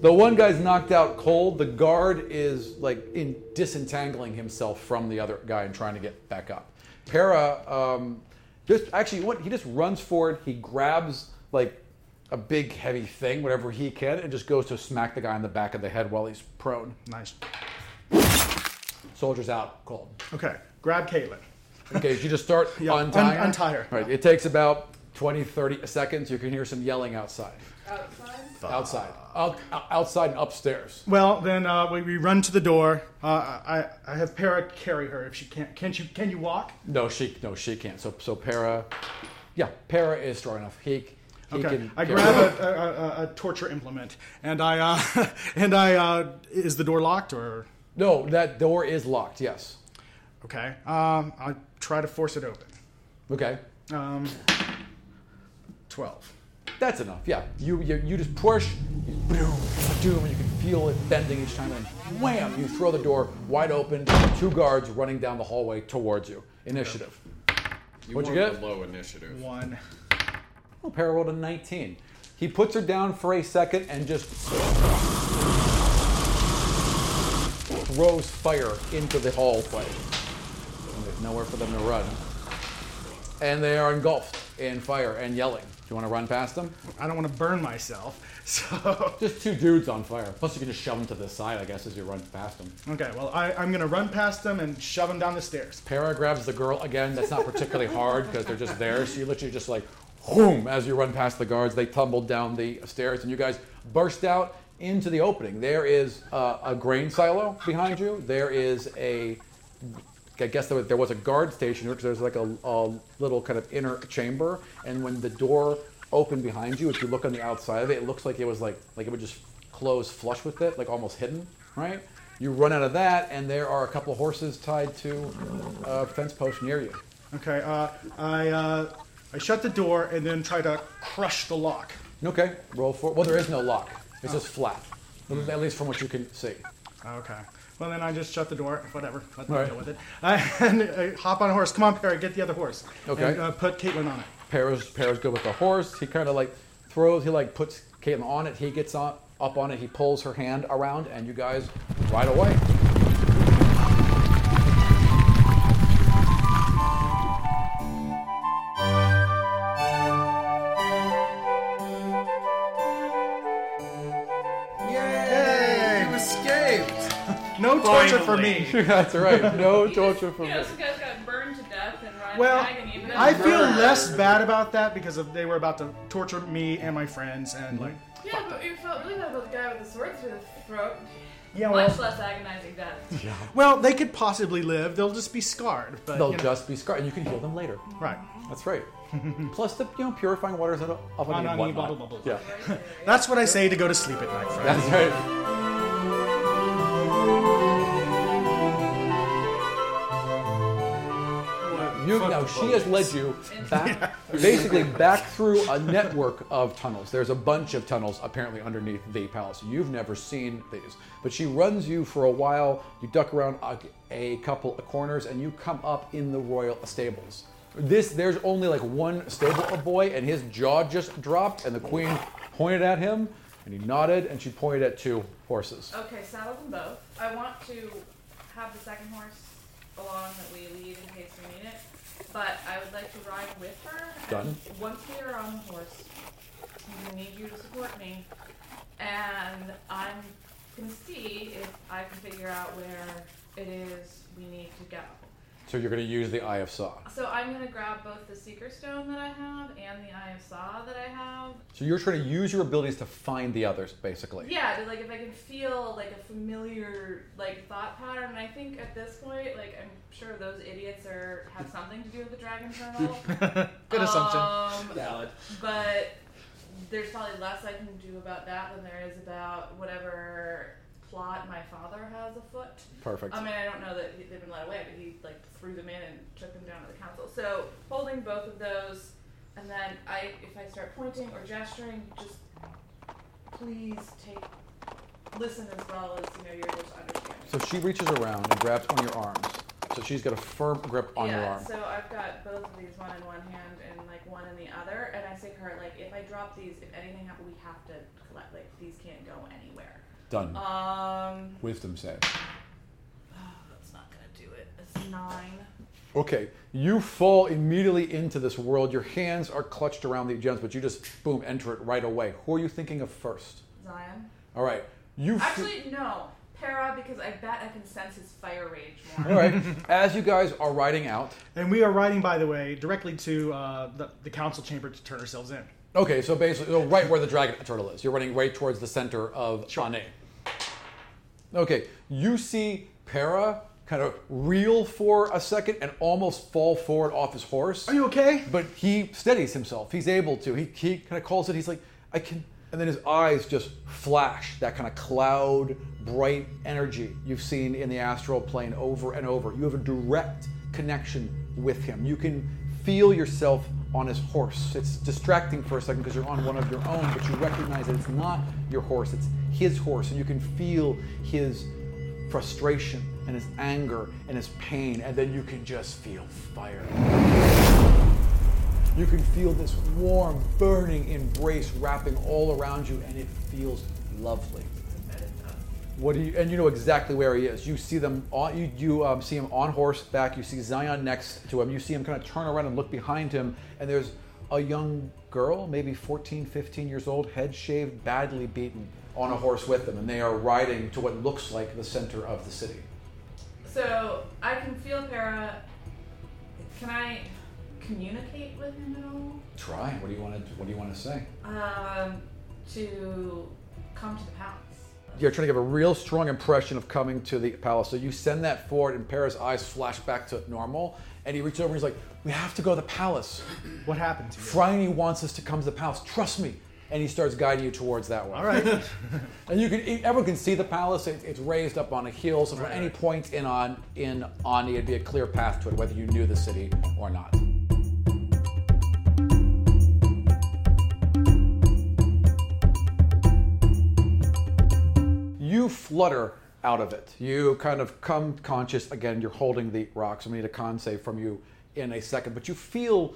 Speaker 1: The one guy's knocked out cold. The guard is like in disentangling himself from the other guy and trying to get back up. Para um, just actually what he just runs forward. He grabs like a big heavy thing, whatever he can, and just goes to smack the guy in the back of the head while he's prone.
Speaker 8: Nice.
Speaker 1: Soldier's out cold.
Speaker 8: Okay, grab Caitlin.
Speaker 1: Okay, you just start
Speaker 8: *laughs* Yeah, un-
Speaker 1: untying. her?
Speaker 8: untie her.
Speaker 1: Right, it takes about 20, 30 seconds. You can hear some yelling outside. Outside? Outside. Out, outside and upstairs.
Speaker 8: Well, then uh, we, we run to the door. Uh, I, I have Para carry her if she can't. Can you can you walk?
Speaker 1: No, she no she can't. So so Para, yeah, Para is strong enough. He, he
Speaker 8: Okay.
Speaker 1: can.
Speaker 8: I
Speaker 1: carry-
Speaker 8: grab a, a, a, a torture implement and I uh, *laughs* and I uh, is the door locked or
Speaker 1: No, that door is locked. Yes.
Speaker 8: Okay. Um, I try to force it open.
Speaker 1: Okay.
Speaker 8: Um, Twelve.
Speaker 1: That's enough. Yeah. You you, you just push, you boom, doom, and you can feel it bending each time. And wham! You throw the door wide open. Two guards running down the hallway towards you. Initiative. What'd you
Speaker 22: want
Speaker 1: get?
Speaker 22: the Low initiative.
Speaker 8: One.
Speaker 1: Oh, Para rolled a 19. He puts her down for a second and just throws fire into the hallway. And there's nowhere for them to run. And they are engulfed in fire and yelling.
Speaker 23: you want to run past them?
Speaker 8: I don't want to burn myself. *laughs* So
Speaker 1: just two dudes on fire. Plus, you can just shove them to the side, I guess, as you run past them.
Speaker 8: Okay, well, I, I'm going to run past them and shove them down the stairs.
Speaker 1: Para grabs the girl again. That's not particularly hard because they're just there. So you literally just like, boom! As you run past the guards, they tumble down the stairs, and you guys burst out into the opening. There is uh, a grain silo behind you. There is a I guess there was, there was a guard station because there's like a, a little kind of inner chamber, and when the door opened behind you, if you look on the outside of it, it looks like it was like like it would just close flush with it, like almost hidden, right? You run out of that, and there are a couple horses tied to a fence post near you.
Speaker 8: Okay, uh, I uh, I shut the door and then try to crush the lock.
Speaker 1: Okay, roll for. Well, there is no lock. It's just flat, at least from what you can see.
Speaker 8: Okay. Well, then I just shut the door. Whatever. Let them
Speaker 1: All right.
Speaker 8: deal with it. *laughs* I, and I hop on a horse. Come on, Perry. Get the other horse.
Speaker 1: Okay.
Speaker 8: And, uh, put Caitlin on it.
Speaker 1: Para's Para's good with the horse. He kind of like throws. He like puts Caitlin on it. He gets on, up on it. He pulls her hand around, and you guys ride away.
Speaker 24: Yay! You escaped!
Speaker 8: No torture for me.
Speaker 1: That's right. No torture for
Speaker 6: You
Speaker 1: me.
Speaker 6: know, some guys got burned to death and riding
Speaker 8: *laughs* Well,
Speaker 6: agony. but
Speaker 8: I
Speaker 6: that's
Speaker 8: feel
Speaker 6: murder.
Speaker 8: less bad about that because of, they were about to torture me and my friends and like.
Speaker 6: Yeah, but you felt really bad about the guy with the sword through the throat.
Speaker 8: Yeah,
Speaker 6: Much
Speaker 8: well-
Speaker 6: less agonizing
Speaker 8: *laughs*
Speaker 6: death.
Speaker 8: Well, they could possibly live. They'll just be scarred. But
Speaker 1: They'll
Speaker 8: you know.
Speaker 1: just be scarred, and you can heal them later.
Speaker 8: Right.
Speaker 1: That's right. Plus the you know purifying waters of of
Speaker 8: On-
Speaker 1: an
Speaker 8: on
Speaker 1: whatnot.
Speaker 8: blah, blah, blah, blah.
Speaker 1: Yeah.
Speaker 8: That's what I say to go to sleep at night, friends.
Speaker 1: That's right. You now she has led you back, basically back through a network of tunnels. There's a bunch of tunnels apparently underneath the palace. You've never seen these, but she runs you for a while. You duck around a, a couple of corners, and you come up in the royal stables. This there's only like one stable a boy, and his jaw just dropped, and the queen pointed at him, and he nodded, and she pointed at two horses.
Speaker 6: Okay, saddle them both. I want to have the second horse along that we leave in case we need it, but I would like to ride with her. and
Speaker 1: Done.
Speaker 6: Once we are on the horse, I'm gonna need you to support me, and I'm gonna see if I can figure out where it is we need to go.
Speaker 1: So you're going to use the Eye of Saw.
Speaker 6: So I'm gonna grab both the Seeker Stone that I have and the Eye of Saw that I have.
Speaker 1: So you're trying to use your abilities to find the others, basically.
Speaker 6: Yeah, but like if I can feel like a familiar like thought pattern, and I think at this point, like I'm sure those idiots are have something to do with the dragon turtle.
Speaker 8: *laughs* Good assumption.
Speaker 6: Um,
Speaker 8: Valid.
Speaker 6: But there's probably less I can do about that than there is about whatever plot my father has afoot.
Speaker 1: Perfect.
Speaker 6: I mean, I don't know that he, they've been led away, but he like threw them in and took them down to the council. So holding both of those, and then I, if I start pointing or gesturing, just please take, listen as well as you know you're just understanding.
Speaker 1: So she reaches around and grabs on your arms. So she's got a firm grip on
Speaker 6: yeah,
Speaker 1: your arm.
Speaker 6: so I've got both of these, one in one hand and like one in the other, and I say to her like, if I drop these, if anything happens, we have to collect. Like these can't go anywhere.
Speaker 1: Done.
Speaker 6: Um,
Speaker 1: Wisdom save.
Speaker 6: Oh, that's not gonna do it. It's nine.
Speaker 1: Okay, you fall immediately into this world. Your hands are clutched around the gems, but you just boom enter it right away. Who are you thinking of first?
Speaker 6: Zion.
Speaker 1: All right, you. f-
Speaker 6: Actually, no. Para, because I bet I can sense his fire rage
Speaker 1: *laughs* *laughs*
Speaker 6: more.
Speaker 1: All right, as you guys are riding out.
Speaker 8: And we are riding, by the way, directly to uh, the, the council chamber to turn ourselves in.
Speaker 1: Okay, so basically, so right where the dragon turtle is, you're running right towards the center of Shawnee. Okay, you see Para kind of reel for a second and almost fall forward off his horse. Are
Speaker 8: you okay?
Speaker 1: But he steadies himself. He's able to. He, he kind of calls it. He's like, I can. And then his eyes just flash that kind of cloud, bright energy you've seen in the astral plane over and over. You have a direct connection with him. You can feel yourself on his horse. It's distracting for a second because you're on one of your own, but you recognize that it's not your horse, it's his horse. And you can feel his frustration and his anger and his pain, and then you can just feel fire. You can feel this warm, burning embrace wrapping all around you, and it feels lovely. What do you? And you know exactly where he is. You see them on. You you um, see him on horseback. You see Zion next to him. You see him kind of turn around and look behind him, and there's a young girl, maybe 14, 15 years old, head shaved, badly beaten, on a horse with them, and they are riding to what looks like the center of the city.
Speaker 6: So I can feel Para. Can I communicate with him at all?
Speaker 1: Try. What do you want to? What do you want to say?
Speaker 6: Um, to come to the palace.
Speaker 1: You're trying to give a real strong impression of coming to the palace. So you send that forward, and Para's eyes flash back to normal, and he reaches over and he's like, "We have to go to the palace."
Speaker 8: What happened to you?
Speaker 1: Phryne wants us to come to the palace. Trust me. And he starts guiding you towards that way.
Speaker 8: All right.
Speaker 1: *laughs* and you can everyone can see the palace. It, it's raised up on a hill, so from any point in on in on it'd be a clear path to it, whether you knew the city or not. You flutter out of it. You kind of come conscious again. You're holding the rocks. I'm gonna need a con save from you in a second, but you feel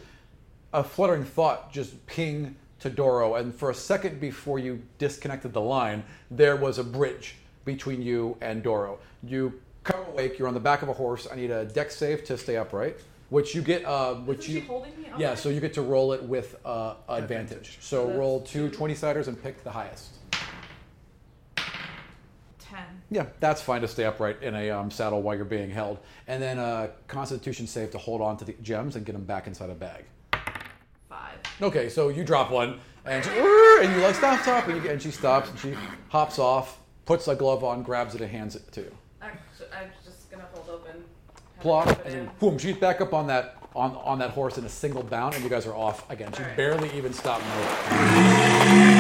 Speaker 1: a fluttering thought just ping to Doro, and for a second before you disconnected the line, there was a bridge between you and Doro. You come awake. You're on the back of a horse. I need a deck save to stay upright, which you get. Uh, which
Speaker 6: Isn't
Speaker 1: you
Speaker 6: she holding me up?
Speaker 1: yeah, so you get to roll it with uh, advantage. So
Speaker 6: That's
Speaker 1: roll two 20 siders and pick the highest.
Speaker 6: Ten.
Speaker 1: Yeah, that's fine to stay upright in a um, saddle while you're being held, and then a Constitution save to hold on to the gems and get them back inside a bag.
Speaker 6: Five.
Speaker 1: Okay, so you drop one, and she, and you like stop, stop, and, you, and she stops and she hops off, puts a glove on, grabs it, and hands it to you.
Speaker 6: I'm ju- I'm just gonna hold open.
Speaker 1: Plop, and then boom, she's back up on that on on that horse in a single bound, and you guys are off again. She barely even stopped moving.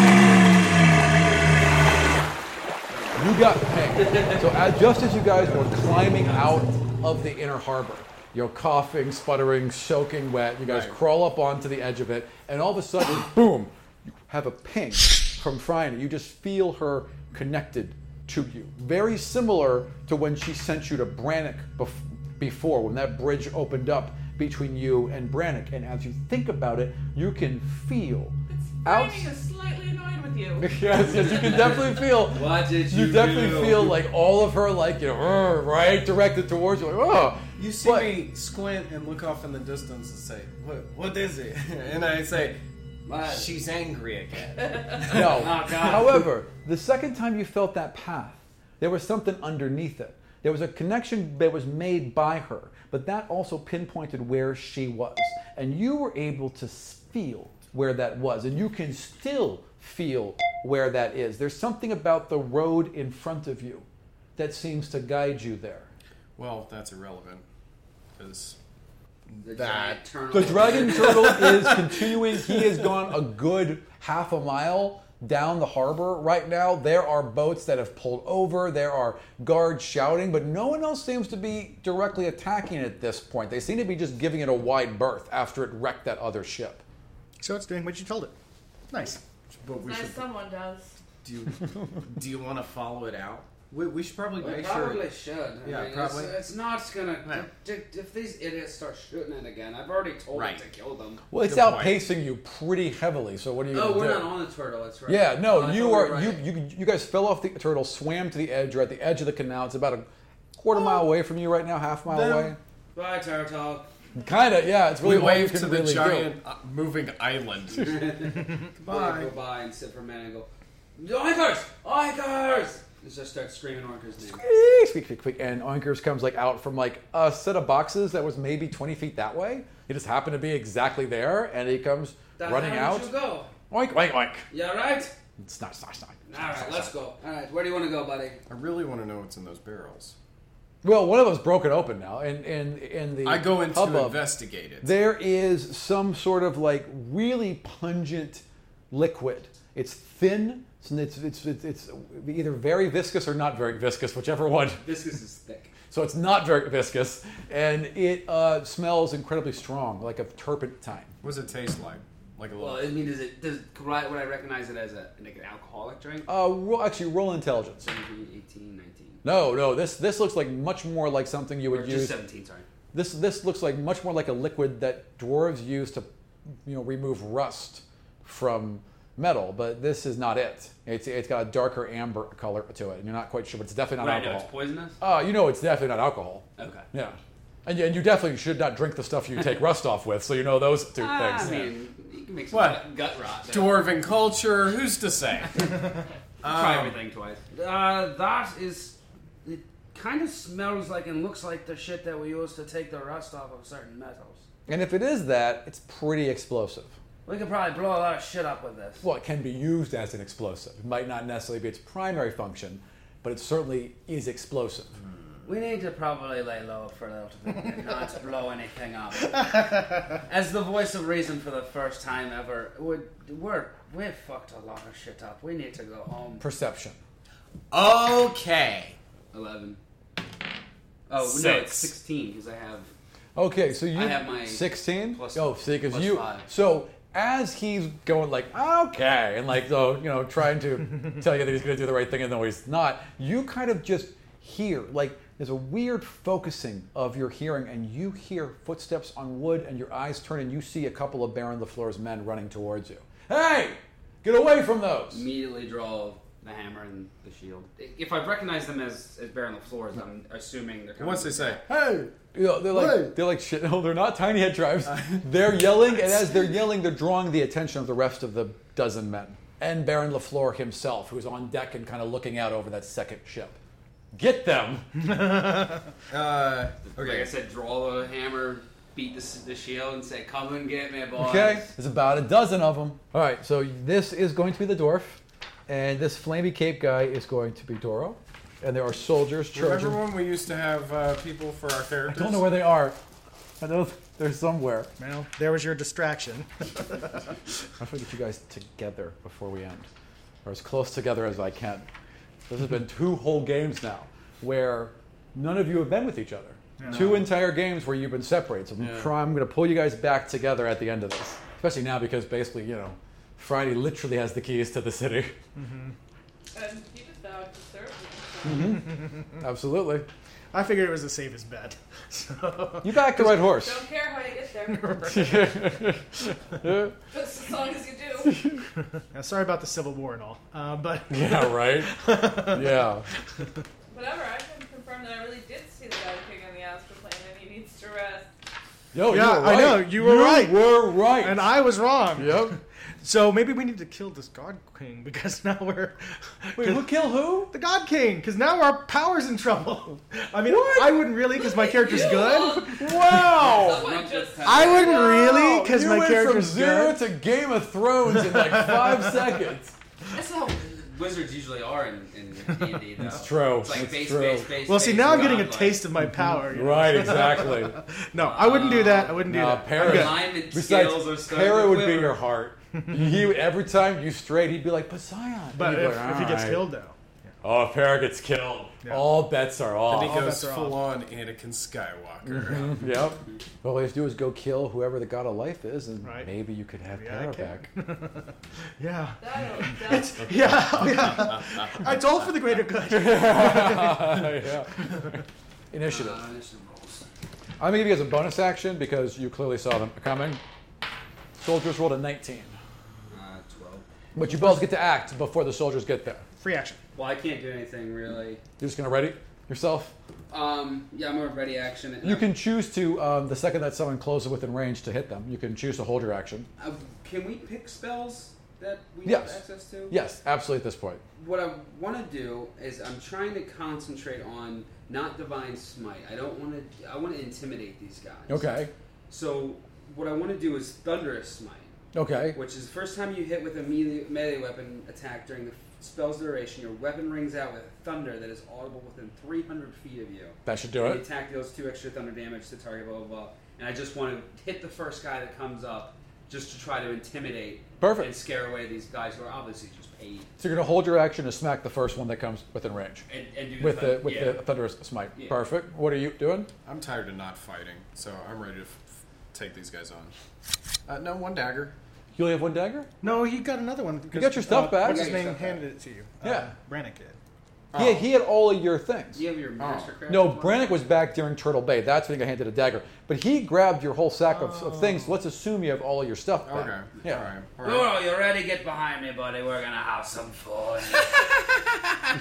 Speaker 1: You got pinged. so as, just as you guys were climbing out of the inner harbor, you're coughing, sputtering, soaking wet. You guys crawl up onto the edge of it, and all of a sudden, *laughs* boom! You have a ping from Phryne. You just feel her connected to you, very similar to when she sent you to Brannock bef- before, when that bridge opened up between you and Brannock. And as you think about it, you can feel out.
Speaker 6: Franny is slightly annoyed with you.
Speaker 1: *laughs* Yes, yes, you can definitely
Speaker 7: *laughs*
Speaker 1: feel.
Speaker 7: What did
Speaker 1: you,
Speaker 7: you
Speaker 1: definitely
Speaker 7: do?
Speaker 1: feel like all of her, like you know, "Arr," right directed towards you, like oh.
Speaker 24: You see me squint and look off in the distance and say, "What? What is
Speaker 2: *laughs*
Speaker 24: it?" And I say, "She's angry again." *laughs*
Speaker 1: No. However, the second time you felt that path, there was something underneath it. There was a connection that was made by her, but that also pinpointed where she was. And you were able to s- feel where that was, and you can still feel where that is. There's something about the road in front of you that seems to guide you there.
Speaker 24: well, that's irrelevant because
Speaker 7: that
Speaker 1: The dragon turtle is continuing. He has gone a good half a mile down the harbor right now. There are boats that have pulled over. There are guards shouting, but no one else seems to be directly attacking it at this point. They seem to be just giving it a wide berth after it wrecked that other ship.
Speaker 8: So it's doing what you told it. Nice.
Speaker 24: But we
Speaker 6: Nice,
Speaker 24: should.
Speaker 6: someone does.
Speaker 24: Do you, do you want to follow it out? We, we should probably
Speaker 7: We
Speaker 24: make
Speaker 7: probably
Speaker 24: sure.
Speaker 7: should. I
Speaker 24: Yeah,
Speaker 7: mean, it's-
Speaker 24: probably.
Speaker 7: It's, not gonna. If, if these idiots start shooting it again, I've already told
Speaker 24: Right.
Speaker 7: them to kill them.
Speaker 1: Well, it's outpacing you pretty heavily. So what are you?
Speaker 7: Oh,
Speaker 1: gonna
Speaker 7: we're
Speaker 1: do?
Speaker 7: not on the turtle. That's right.
Speaker 1: Yeah, no,
Speaker 7: Oh, I thought
Speaker 1: you
Speaker 7: we
Speaker 1: are
Speaker 7: were right.
Speaker 1: you, you you guys fell off the turtle, swam to the edge, you're at the edge of the canal. It's about a quarter mile
Speaker 7: Oh.
Speaker 1: away from you right now, half mile
Speaker 24: Then-
Speaker 1: away.
Speaker 7: Bye,
Speaker 1: *laughs*
Speaker 7: turtle.
Speaker 1: Kind of, yeah. It's really
Speaker 24: we
Speaker 1: all you
Speaker 24: wave
Speaker 1: can
Speaker 24: to the
Speaker 1: really do.
Speaker 24: giant uh, moving
Speaker 8: *laughs*
Speaker 24: island.
Speaker 7: Goodbye. Go by and sit for a minute and go. Oinkers! Oinkers! And just start screaming Oinker's name.
Speaker 1: Squeak, squeak, squeak, squeak. And Oinkers comes like out from like a set of boxes that was maybe 20 feet that way. He just happened to be exactly there, and he comes
Speaker 7: That's
Speaker 1: running
Speaker 7: how
Speaker 1: out.
Speaker 7: You go.
Speaker 1: Oink, oink, oink.
Speaker 7: You all right?
Speaker 1: It's not, it's not, it's not.
Speaker 7: All right, let's go. All right, where do you want to go, buddy?
Speaker 24: I really want to know what's in those barrels.
Speaker 1: Well, one of them's broken open now, and in in the
Speaker 24: I go in to
Speaker 1: hubbub,
Speaker 24: investigate it.
Speaker 1: There is some sort of like really pungent liquid. It's thin. It's it's it's, it's, it's either very viscous or not very viscous, whichever one.
Speaker 7: Viscous is thick.
Speaker 1: So it's not very viscous, and it uh, smells incredibly strong, like a turpentine.
Speaker 24: What does it taste like? Like a
Speaker 7: Well,
Speaker 24: little.
Speaker 7: I mean, does it does could I, would I recognize it as a like an alcoholic drink?
Speaker 1: Uh, roll, actually, roll intelligence.
Speaker 7: 17, 18, 19.
Speaker 1: No, no. This this looks like much more like something you would
Speaker 7: Or
Speaker 1: use.
Speaker 7: just 17, sorry.
Speaker 1: This this looks like much more like a liquid that dwarves use to, you know, remove rust from metal. But this is not it. It's it's got a darker amber color to it, and you're not quite sure. But it's definitely not
Speaker 7: What do I know?
Speaker 1: alcohol.
Speaker 7: It's poisonous?
Speaker 1: Uh, you know, it's definitely not alcohol.
Speaker 7: Okay.
Speaker 1: Yeah. And, you- and you definitely should not drink the stuff you take rust off with, so you know those two
Speaker 7: Ah,
Speaker 1: things.
Speaker 7: I mean, you can make some
Speaker 1: What?
Speaker 7: gut- gut rot. there.
Speaker 24: Dwarven culture, who's to
Speaker 7: *laughs*
Speaker 24: say?
Speaker 7: Try
Speaker 24: Um,
Speaker 7: everything twice. Uh, that is. It kind of smells like and looks like the shit that we use to take the rust off of certain metals.
Speaker 1: And if it is that, it's pretty explosive.
Speaker 7: We could probably blow a lot of shit up with this.
Speaker 1: Well, it can be used as an explosive. It might not necessarily be its primary function, but it certainly is explosive.
Speaker 7: We need to probably lay low for a little bit and not blow anything up. As the voice of reason for the first time ever, we're, we're, we've fucked a lot of shit up. We need to go home.
Speaker 1: Perception.
Speaker 24: Okay.
Speaker 7: 11. Oh, no,
Speaker 1: Six.
Speaker 7: it's 16 because I have.
Speaker 1: Okay, so you
Speaker 7: I have my
Speaker 1: 16? oh, see, because you so as he's going like okay, and like so you know trying
Speaker 7: *laughs*
Speaker 1: to tell you that he's going to do the right thing and no he's not. You kind of just hear like there's a weird focusing of your hearing, and you hear footsteps on wood, and your eyes turn, and you see a couple of Baron LaFleur's men running towards you. Hey, get away from those!
Speaker 7: Immediately draw the hammer and the shield. If I recognize them as, as Baron LaFleurs, I'm assuming they're coming.
Speaker 24: What's they say?
Speaker 1: Hey. You know, they're like they're like shit. *laughs* No, they're not tiny head *laughs* tribes. They're yelling, and as *laughs* they're yelling, they're drawing the attention of the rest of the dozen men and Baron Lafleur himself, who's on deck and kind of looking out over that second ship. Get them!
Speaker 24: uh,
Speaker 7: Like I said, draw the hammer, beat the, the shield, and say, "Come and get me, boy."
Speaker 1: Okay, there's about a dozen of them. All right, so this is going to be the dwarf, and this flamey cape guy is going to be Doro, and there are soldiers,
Speaker 24: Remember
Speaker 1: children.
Speaker 24: when we used to have uh, people for our
Speaker 1: I
Speaker 24: characters?
Speaker 1: don't know where they are. I know they're somewhere.
Speaker 8: Well, there was your distraction. *laughs*
Speaker 1: I'm trying to get you guys together before we end, or as close together as I can. This has
Speaker 8: *laughs*
Speaker 1: been two whole games now where none of you have been with each other.
Speaker 9: Yeah.
Speaker 1: Two entire games where you've been separated. So I'm,
Speaker 9: Yeah.
Speaker 1: try- I'm going to pull you guys back together at the end of this, especially now because basically, you know, Friday literally has the keys to the city.
Speaker 6: And Um, he just vowed to serve me.
Speaker 8: Mm.
Speaker 1: Absolutely.
Speaker 8: I figured it was the safest bet. *laughs* So.
Speaker 1: You back the right
Speaker 8: *laughs*
Speaker 1: horse.
Speaker 6: Don't care how you get
Speaker 8: Yeah.
Speaker 6: there. Just as long as you do.
Speaker 8: Now, sorry about the Civil War and all, uh, but
Speaker 1: Yeah, right? Yeah.
Speaker 6: Whatever, I can confirm that I really did see the guy kicking in the ass for playing and he needs to rest.
Speaker 1: Yo, you
Speaker 8: yeah,
Speaker 1: were
Speaker 8: I know
Speaker 1: right.
Speaker 8: you were
Speaker 1: You
Speaker 8: right.
Speaker 1: were right,
Speaker 8: and I was wrong. *laughs*
Speaker 1: Yep.
Speaker 8: So maybe we need to kill this God King because *laughs* now we're.
Speaker 1: Wait, who kill who?
Speaker 8: The God King, because now our power's in trouble. *laughs* I mean, I wouldn't really, because my character's good.
Speaker 1: Wow!
Speaker 8: I wouldn't really, because
Speaker 1: You
Speaker 8: my
Speaker 1: went
Speaker 8: character's
Speaker 1: from zero
Speaker 8: good.
Speaker 1: to Game of Thrones *laughs* in like five seconds.
Speaker 7: That's how wizards usually are in, in D&D, though.
Speaker 1: It's true.
Speaker 7: It's like
Speaker 1: It's
Speaker 7: base,
Speaker 1: true.
Speaker 7: base, base,
Speaker 8: Well, see,
Speaker 7: base,
Speaker 8: now I'm getting a
Speaker 7: godlike.
Speaker 8: taste of my
Speaker 1: Mm-hmm.
Speaker 8: power. you
Speaker 7: *laughs*
Speaker 8: know?
Speaker 1: Right, exactly.
Speaker 8: no, I wouldn't do that. I wouldn't do
Speaker 1: No,
Speaker 8: that.
Speaker 1: Para-
Speaker 8: I'm good.
Speaker 1: *laughs* Besides, Para would be your heart. he would- every time you strayed, he'd be like Poseidon.
Speaker 8: But
Speaker 1: He'd be
Speaker 8: if,
Speaker 1: like,
Speaker 8: if he gets
Speaker 1: "Alright."
Speaker 8: killed, though.
Speaker 1: oh, if Para gets killed, all bets are off.
Speaker 24: Then he goes full on Anakin Skywalker.
Speaker 1: Mhm, *laughs* yep. All we have to do is go kill whoever the god of life is, and
Speaker 24: Right.
Speaker 1: maybe you could have
Speaker 8: Yeah, I
Speaker 1: Para
Speaker 8: can.
Speaker 1: back.
Speaker 8: Yeah.
Speaker 6: It's-
Speaker 8: *laughs* yeah, oh, yeah. It's all for the greater
Speaker 1: *laughs*
Speaker 8: good. *laughs*
Speaker 1: Yeah.
Speaker 7: Uh,
Speaker 1: Initiative. I'm gonna give you guys a bonus action because you clearly saw them coming. Soldiers rolled a 19,
Speaker 7: Uh, 12.
Speaker 1: but you both get to act before the soldiers get there.
Speaker 8: Free action.
Speaker 7: Well, I can't do anything really.
Speaker 1: You're just gonna ready yourself.
Speaker 7: Um, yeah, I'm a ready action.
Speaker 1: You can choose to um, the second that someone closes within range to hit them. You can choose to hold your action.
Speaker 7: Uh, can we pick spells that we
Speaker 1: Yes.
Speaker 7: have access to?
Speaker 1: Yes, absolutely. At this point,
Speaker 7: What I want to do is I'm trying to concentrate on not divine smite. I don't want to. I want to intimidate these guys.
Speaker 1: Okay.
Speaker 7: So what I want to do is thunderous smite.
Speaker 1: Okay.
Speaker 7: Which is the first time you hit with a melee, melee weapon attack during the spell's duration, your weapon rings out with thunder that is audible within 300 feet of you.
Speaker 1: That should do
Speaker 7: And
Speaker 1: it.
Speaker 7: The attack deals two extra thunder damage to target. Blah blah blah. And I just want to hit the first guy that comes up, just to try to intimidate.
Speaker 1: Perfect.
Speaker 7: And scare away these guys who are obviously just paid.
Speaker 1: so you're gonna hold your action to smack the first one that comes within range.
Speaker 7: And- and do the
Speaker 1: with the
Speaker 7: thun-
Speaker 1: with
Speaker 7: yeah.
Speaker 1: the thunderous smite.
Speaker 7: Yeah.
Speaker 1: Perfect. What are you doing?
Speaker 24: I'm tired of not fighting, so I'm ready to f- f- take these guys on. Uh, no, one dagger.
Speaker 1: You only have one dagger.
Speaker 8: No, he got another one.
Speaker 1: You got your stuff
Speaker 8: uh,
Speaker 1: back.
Speaker 8: What's his
Speaker 1: You got your
Speaker 8: name
Speaker 1: stuff back.
Speaker 8: handed it to you? Um,
Speaker 1: Yeah.
Speaker 8: Brannick did.
Speaker 1: Yeah, he had all of your things.
Speaker 7: Do Oh. you have your mastercraft?
Speaker 1: Oh. No, Brannick was back during Turtle Bay. That's when he got handed a dagger. But he grabbed your whole sack of, of things. Let's assume you have all of your stuff. Back.
Speaker 7: Oh. Okay.
Speaker 1: Yeah.
Speaker 7: Oh, *laughs* Laurel, you ready? Get behind me, buddy. We're gonna have some fun.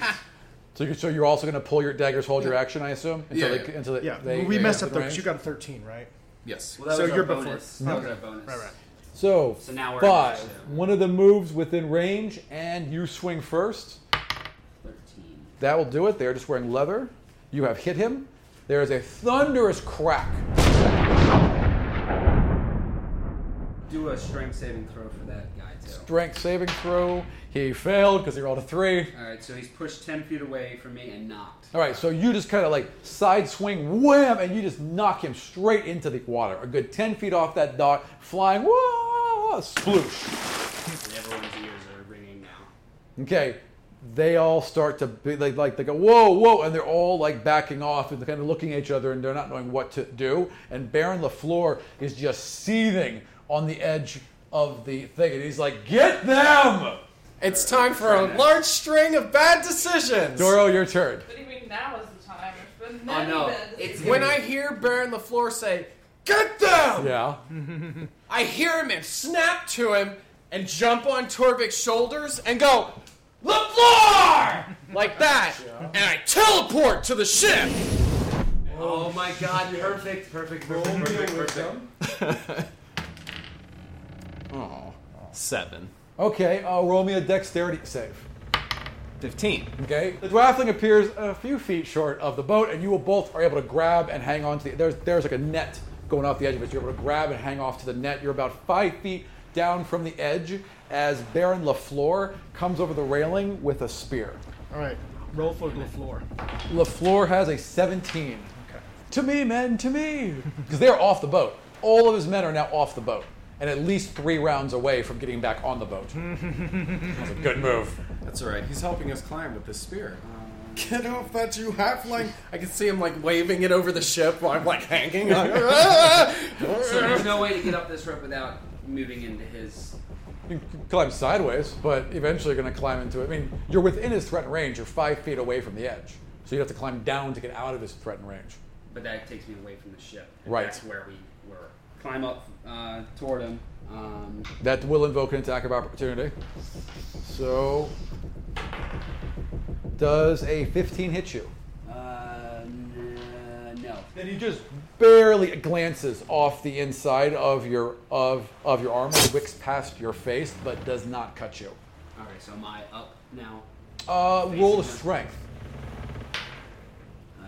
Speaker 1: So So, you, so you're also going to pull your daggers, hold your action, I assume, until
Speaker 8: yeah,
Speaker 1: they,
Speaker 8: yeah.
Speaker 1: until they,
Speaker 8: yeah.
Speaker 1: they
Speaker 8: we
Speaker 1: they
Speaker 8: messed
Speaker 1: get
Speaker 8: up though
Speaker 1: range?
Speaker 8: because you got a 13, right?
Speaker 1: Yes.
Speaker 7: Well, that
Speaker 8: so
Speaker 7: was our
Speaker 8: you're
Speaker 7: bonus.
Speaker 8: before.
Speaker 7: That was our bonus.
Speaker 8: Right, right.
Speaker 1: So,
Speaker 7: So now we're in
Speaker 1: five.
Speaker 7: initiative.
Speaker 1: One of them moves within range, and you swing first. That will do it. They're just wearing leather. You have hit him. There is a thunderous crack.
Speaker 7: Do a strength saving throw for that guy too.
Speaker 1: Strength saving throw. He failed because he rolled a three.
Speaker 7: All right, so he's pushed ten feet away from me
Speaker 2: *laughs*
Speaker 7: and knocked.
Speaker 1: All right, so you just kind of like side swing, wham, and you just knock him straight into the water. A good 10 feet off that dock, flying, whoa, sploosh.
Speaker 25: Everyone's ears are ringing now.
Speaker 1: Okay, they all start to be they, like, they go, whoa, whoa, and they're all like backing off and kind of looking at each other and they're not knowing what to do. And Baron LaFleur is just seething on the edge of the thing, and he's like, get them!
Speaker 2: It's time for a large string of bad decisions.
Speaker 1: Doro, your turn.
Speaker 6: What do you mean now is the time? There's
Speaker 7: Oh,
Speaker 6: been
Speaker 2: I
Speaker 6: many
Speaker 2: know.
Speaker 6: beds.
Speaker 2: when I hear Baron LaFleur say, Get them!
Speaker 1: Yeah.
Speaker 2: I hear him and snap to him and jump on Torvik's shoulders and go, LaFleur! Like that. And I teleport to the ship!
Speaker 7: Oh, my God! Perfect, perfect, perfect, perfect, perfect.
Speaker 2: Oh, seven.
Speaker 1: Okay, uh, roll me a dexterity save.
Speaker 2: 15.
Speaker 1: Okay. The dwarfling appears a few feet short of the boat, and you will both are able to grab and hang on to the. There's there's like a net going off the edge of it. You're able to grab and hang off to the net. You're about five feet down from the edge as Baron Lafleur comes over the railing with a spear.
Speaker 8: All right, roll for the floor.
Speaker 1: Lafleur has a 17. To me, men, to me, *laughs* because they are off the boat. All of his men are now off the boat, and at least three rounds away from getting back on the boat. That's a good move.
Speaker 25: That's all right. He's helping us climb with this spear.
Speaker 24: Get off that, you halfling! I can see him like waving it over the ship while I'm like hanging on. Uh,
Speaker 7: so there's no way to get up this rope without moving into his.
Speaker 1: You can climb sideways, but eventually you're going to climb into it. I mean, you're within his threatened range. You're five feet away from the edge, so you have to climb down to get out of his threatened range.
Speaker 7: But that takes me away from the ship. And
Speaker 1: Right.
Speaker 7: That's where we were. Climb up uh, toward him. Um,
Speaker 1: That will invoke an attack of opportunity. So, does a 15 hit you?
Speaker 7: uh, n- no.
Speaker 1: Then he just barely glances off the inside of your of of your armor, wicks past your face, but does not cut you.
Speaker 7: All right, so am I up now?
Speaker 1: Uh, roll a strength.
Speaker 7: Uh,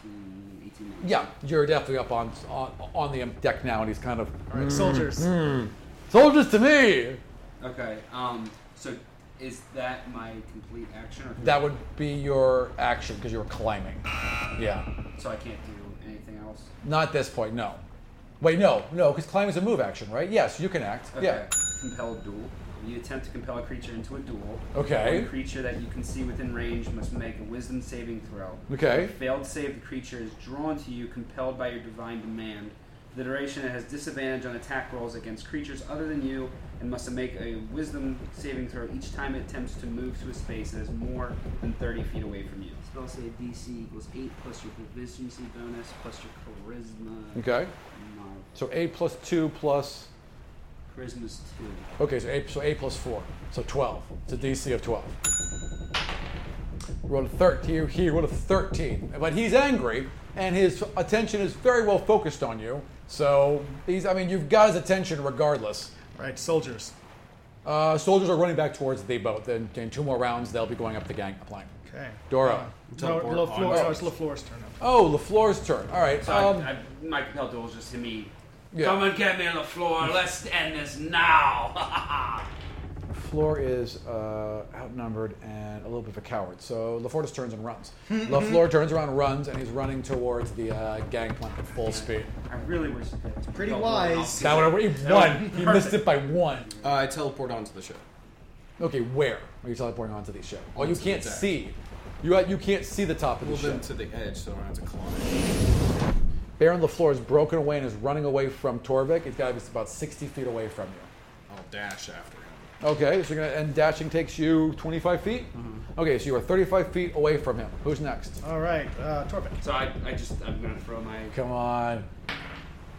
Speaker 7: 17, 18, 19.
Speaker 1: Yeah, you're definitely up on on, on the deck now, and he's kind of
Speaker 7: All right, soldiers.
Speaker 1: "Mm, soldiers to me.
Speaker 7: Okay. Um. So is that my complete action? Or
Speaker 1: That would be your action because you were climbing. Yeah,
Speaker 7: So I can't do anything else.
Speaker 1: not at this point. No, wait, no, no, because climbing is a move action, right? Yes, you can act.
Speaker 7: Okay.
Speaker 1: Yeah.
Speaker 7: Compel duel. You attempt to compel a creature into a duel.
Speaker 1: Okay.
Speaker 7: One creature that you can see within range must make a wisdom saving throw.
Speaker 1: Okay.
Speaker 7: If failed save, the creature is drawn to you, compelled by your divine demand. For the duration, it has disadvantage on attack rolls against creatures other than you, and must make a wisdom saving throw each time it attempts to move to a space that is more than 30 feet away from you. Spell save DC equals 8 plus your proficiency bonus plus your charisma.
Speaker 1: Okay.
Speaker 7: No.
Speaker 1: So eight plus two plus.
Speaker 7: Charisma's 2.
Speaker 1: Okay, so eight, so eight plus four, so twelve. It's a DC of twelve. Rolled a thirteen. He rolled a thirteen, but he's angry, and his attention is very well focused on you. So he's. I mean, you've got his attention regardless.
Speaker 8: Right, soldiers.
Speaker 1: Uh, soldiers are running back towards the boat. Then in two more rounds, they'll be going up the gangplank.
Speaker 8: Okay. Uh,
Speaker 1: Dora.
Speaker 8: No, LaFleur,
Speaker 1: Oh.
Speaker 8: no, it's LaFleur's turn. now.
Speaker 1: Oh, LaFleur's turn. All right.
Speaker 7: So
Speaker 1: um,
Speaker 7: I, I, my compelled duel is just to me.
Speaker 1: Yeah.
Speaker 7: Come and get me on the floor. Let's end this now. *laughs*
Speaker 1: Floor is uh, outnumbered and a little bit of a coward, so LaFleur just turns and runs. LaFleur turns around, and runs, and he's running towards the uh, gangplank at full speed.
Speaker 7: I really wish.
Speaker 24: Pretty wise.
Speaker 1: That would have he won. He missed it by one.
Speaker 25: Uh, I teleport onto the ship.
Speaker 1: Okay, where are you teleporting onto the ship? Oh, you
Speaker 25: Onto the
Speaker 1: can't
Speaker 25: deck.
Speaker 1: see. You uh, you can't see the top of the
Speaker 25: Move
Speaker 1: ship.
Speaker 25: them to the edge so I don't have to climb.
Speaker 1: Baron LaFleur is broken away and is running away from Torvik. He's got to be about 60 feet away from you.
Speaker 25: I'll dash after him.
Speaker 1: Okay, so you're gonna, and dashing takes you 25 feet? Okay, so you are 35 feet away from him. Who's next?
Speaker 8: All right, uh, Torben.
Speaker 7: So I, I just I'm gonna throw my
Speaker 1: Come on.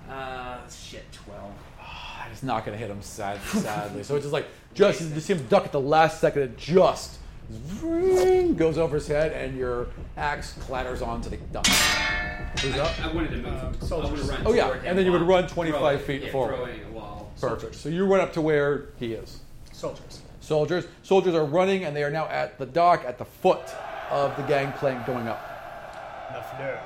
Speaker 7: uh shit twelve.
Speaker 1: Ah, It's not going to hit him, sad, sadly. so it's just like, just you see him duck at the last second and just Vroom, goes over his head, and your axe clatters onto the dump. Who's up?
Speaker 7: I wanted to move. I wanted to run
Speaker 1: Oh yeah,
Speaker 7: toward him
Speaker 1: and then you would
Speaker 7: while-
Speaker 1: run 25
Speaker 7: throw it,
Speaker 1: feet
Speaker 7: yeah,
Speaker 1: forward.
Speaker 7: Throw it at a wall.
Speaker 1: Perfect. So you run up to where he is.
Speaker 8: Soldiers.
Speaker 1: Soldiers. Soldiers are running, and they are now at the dock at the foot of the gangplank going up.
Speaker 8: The fleur.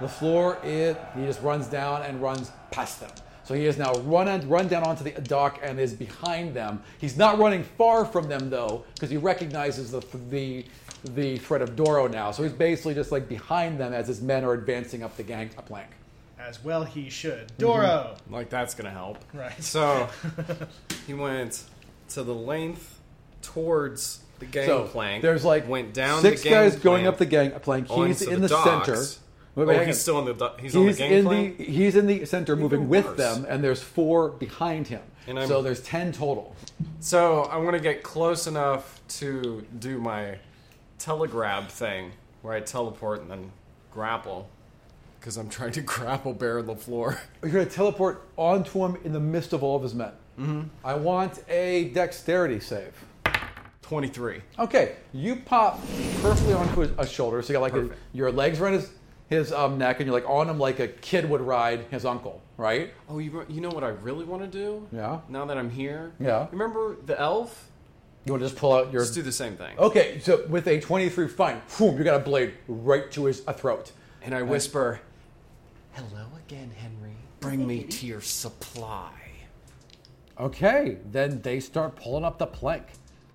Speaker 1: The floor is. He just runs down and runs past them. So he is now run and run down onto the dock and is behind them. He's not running far from them though, because he recognizes the the the threat of Doro now. So he's basically just like behind them as his men are advancing up the gangplank.
Speaker 8: As well he should. Doro.
Speaker 2: Like that's gonna help.
Speaker 8: Right.
Speaker 1: *laughs*
Speaker 2: So he went to the length towards the
Speaker 1: So,
Speaker 2: gangplank.
Speaker 1: there's like
Speaker 2: went down
Speaker 1: six
Speaker 2: the
Speaker 1: guys
Speaker 2: gangplank,
Speaker 1: going up the gangplank. He's
Speaker 2: onto
Speaker 1: in the,
Speaker 2: docks.
Speaker 1: center.
Speaker 2: Oh,
Speaker 1: Wait, wait, hang on.
Speaker 2: he's still in the. do- He's, on the
Speaker 1: in
Speaker 2: gangplank.
Speaker 1: the he's in the center, moving with
Speaker 2: worse.
Speaker 1: them, and there's four behind him.
Speaker 2: And I'm-
Speaker 1: so there's ten total.
Speaker 2: So I want to get close enough to do my telegrab thing, where I teleport and then grapple, because I'm trying to *laughs* grapple Bear Lafleur.
Speaker 1: You're gonna teleport onto him in the midst of all of his men.
Speaker 2: Mm-hmm.
Speaker 1: I want a dexterity save.
Speaker 2: *laughs* Twenty-three.
Speaker 1: Okay, you pop perfectly onto his a shoulder, so you got like his, your legs around his his um, neck, and you're like on him like a kid would ride his uncle, right?
Speaker 2: Oh, you you know what I really want to do?
Speaker 1: Yeah.
Speaker 2: Now that I'm here.
Speaker 1: Yeah.
Speaker 2: Remember the elf?
Speaker 1: You want to just pull out your.
Speaker 2: Let's do the same thing.
Speaker 1: Okay, so with a 23 fine, boom, you got a blade right to his uh, throat.
Speaker 2: And I whisper, Hello again, Henry. Bring me to your supply.
Speaker 1: Okay, then they start pulling up the plank.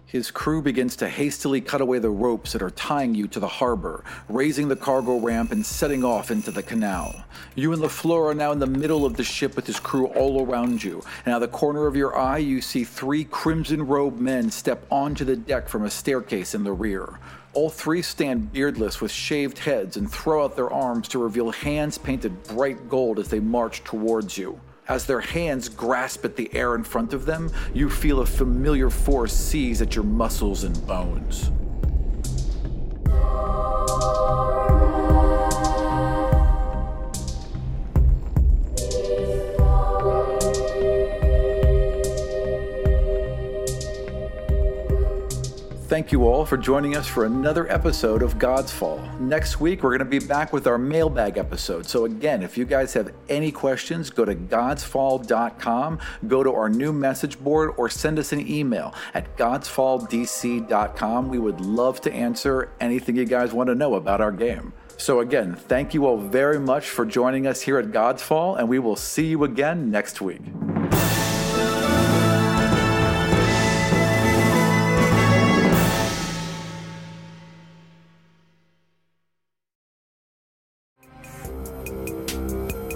Speaker 23: His crew begins to hastily cut away the ropes that are tying you to the harbor, raising the cargo ramp and setting off into the canal. You and LaFleur are now in the middle of the ship with his crew all around you, and out of the corner of your eye, you see three crimson robed men step onto the deck from a staircase in the rear. All three stand beardless with shaved heads and throw out their arms to reveal hands painted bright gold as they march towards you. As their hands grasp at the air in front of them, you feel a familiar force seize at your muscles and bones. Thank you all for joining us for another episode of God's Fall. Next week, we're going to be back with our mailbag episode. So, again, if you guys have any questions, go to godsfall.com, go to our new message board, or send us an email at godsfalldc.com. We would love to answer anything you guys want to know about our game. So, again, thank you all very much for joining us here at God's Fall, and we will see you again next week.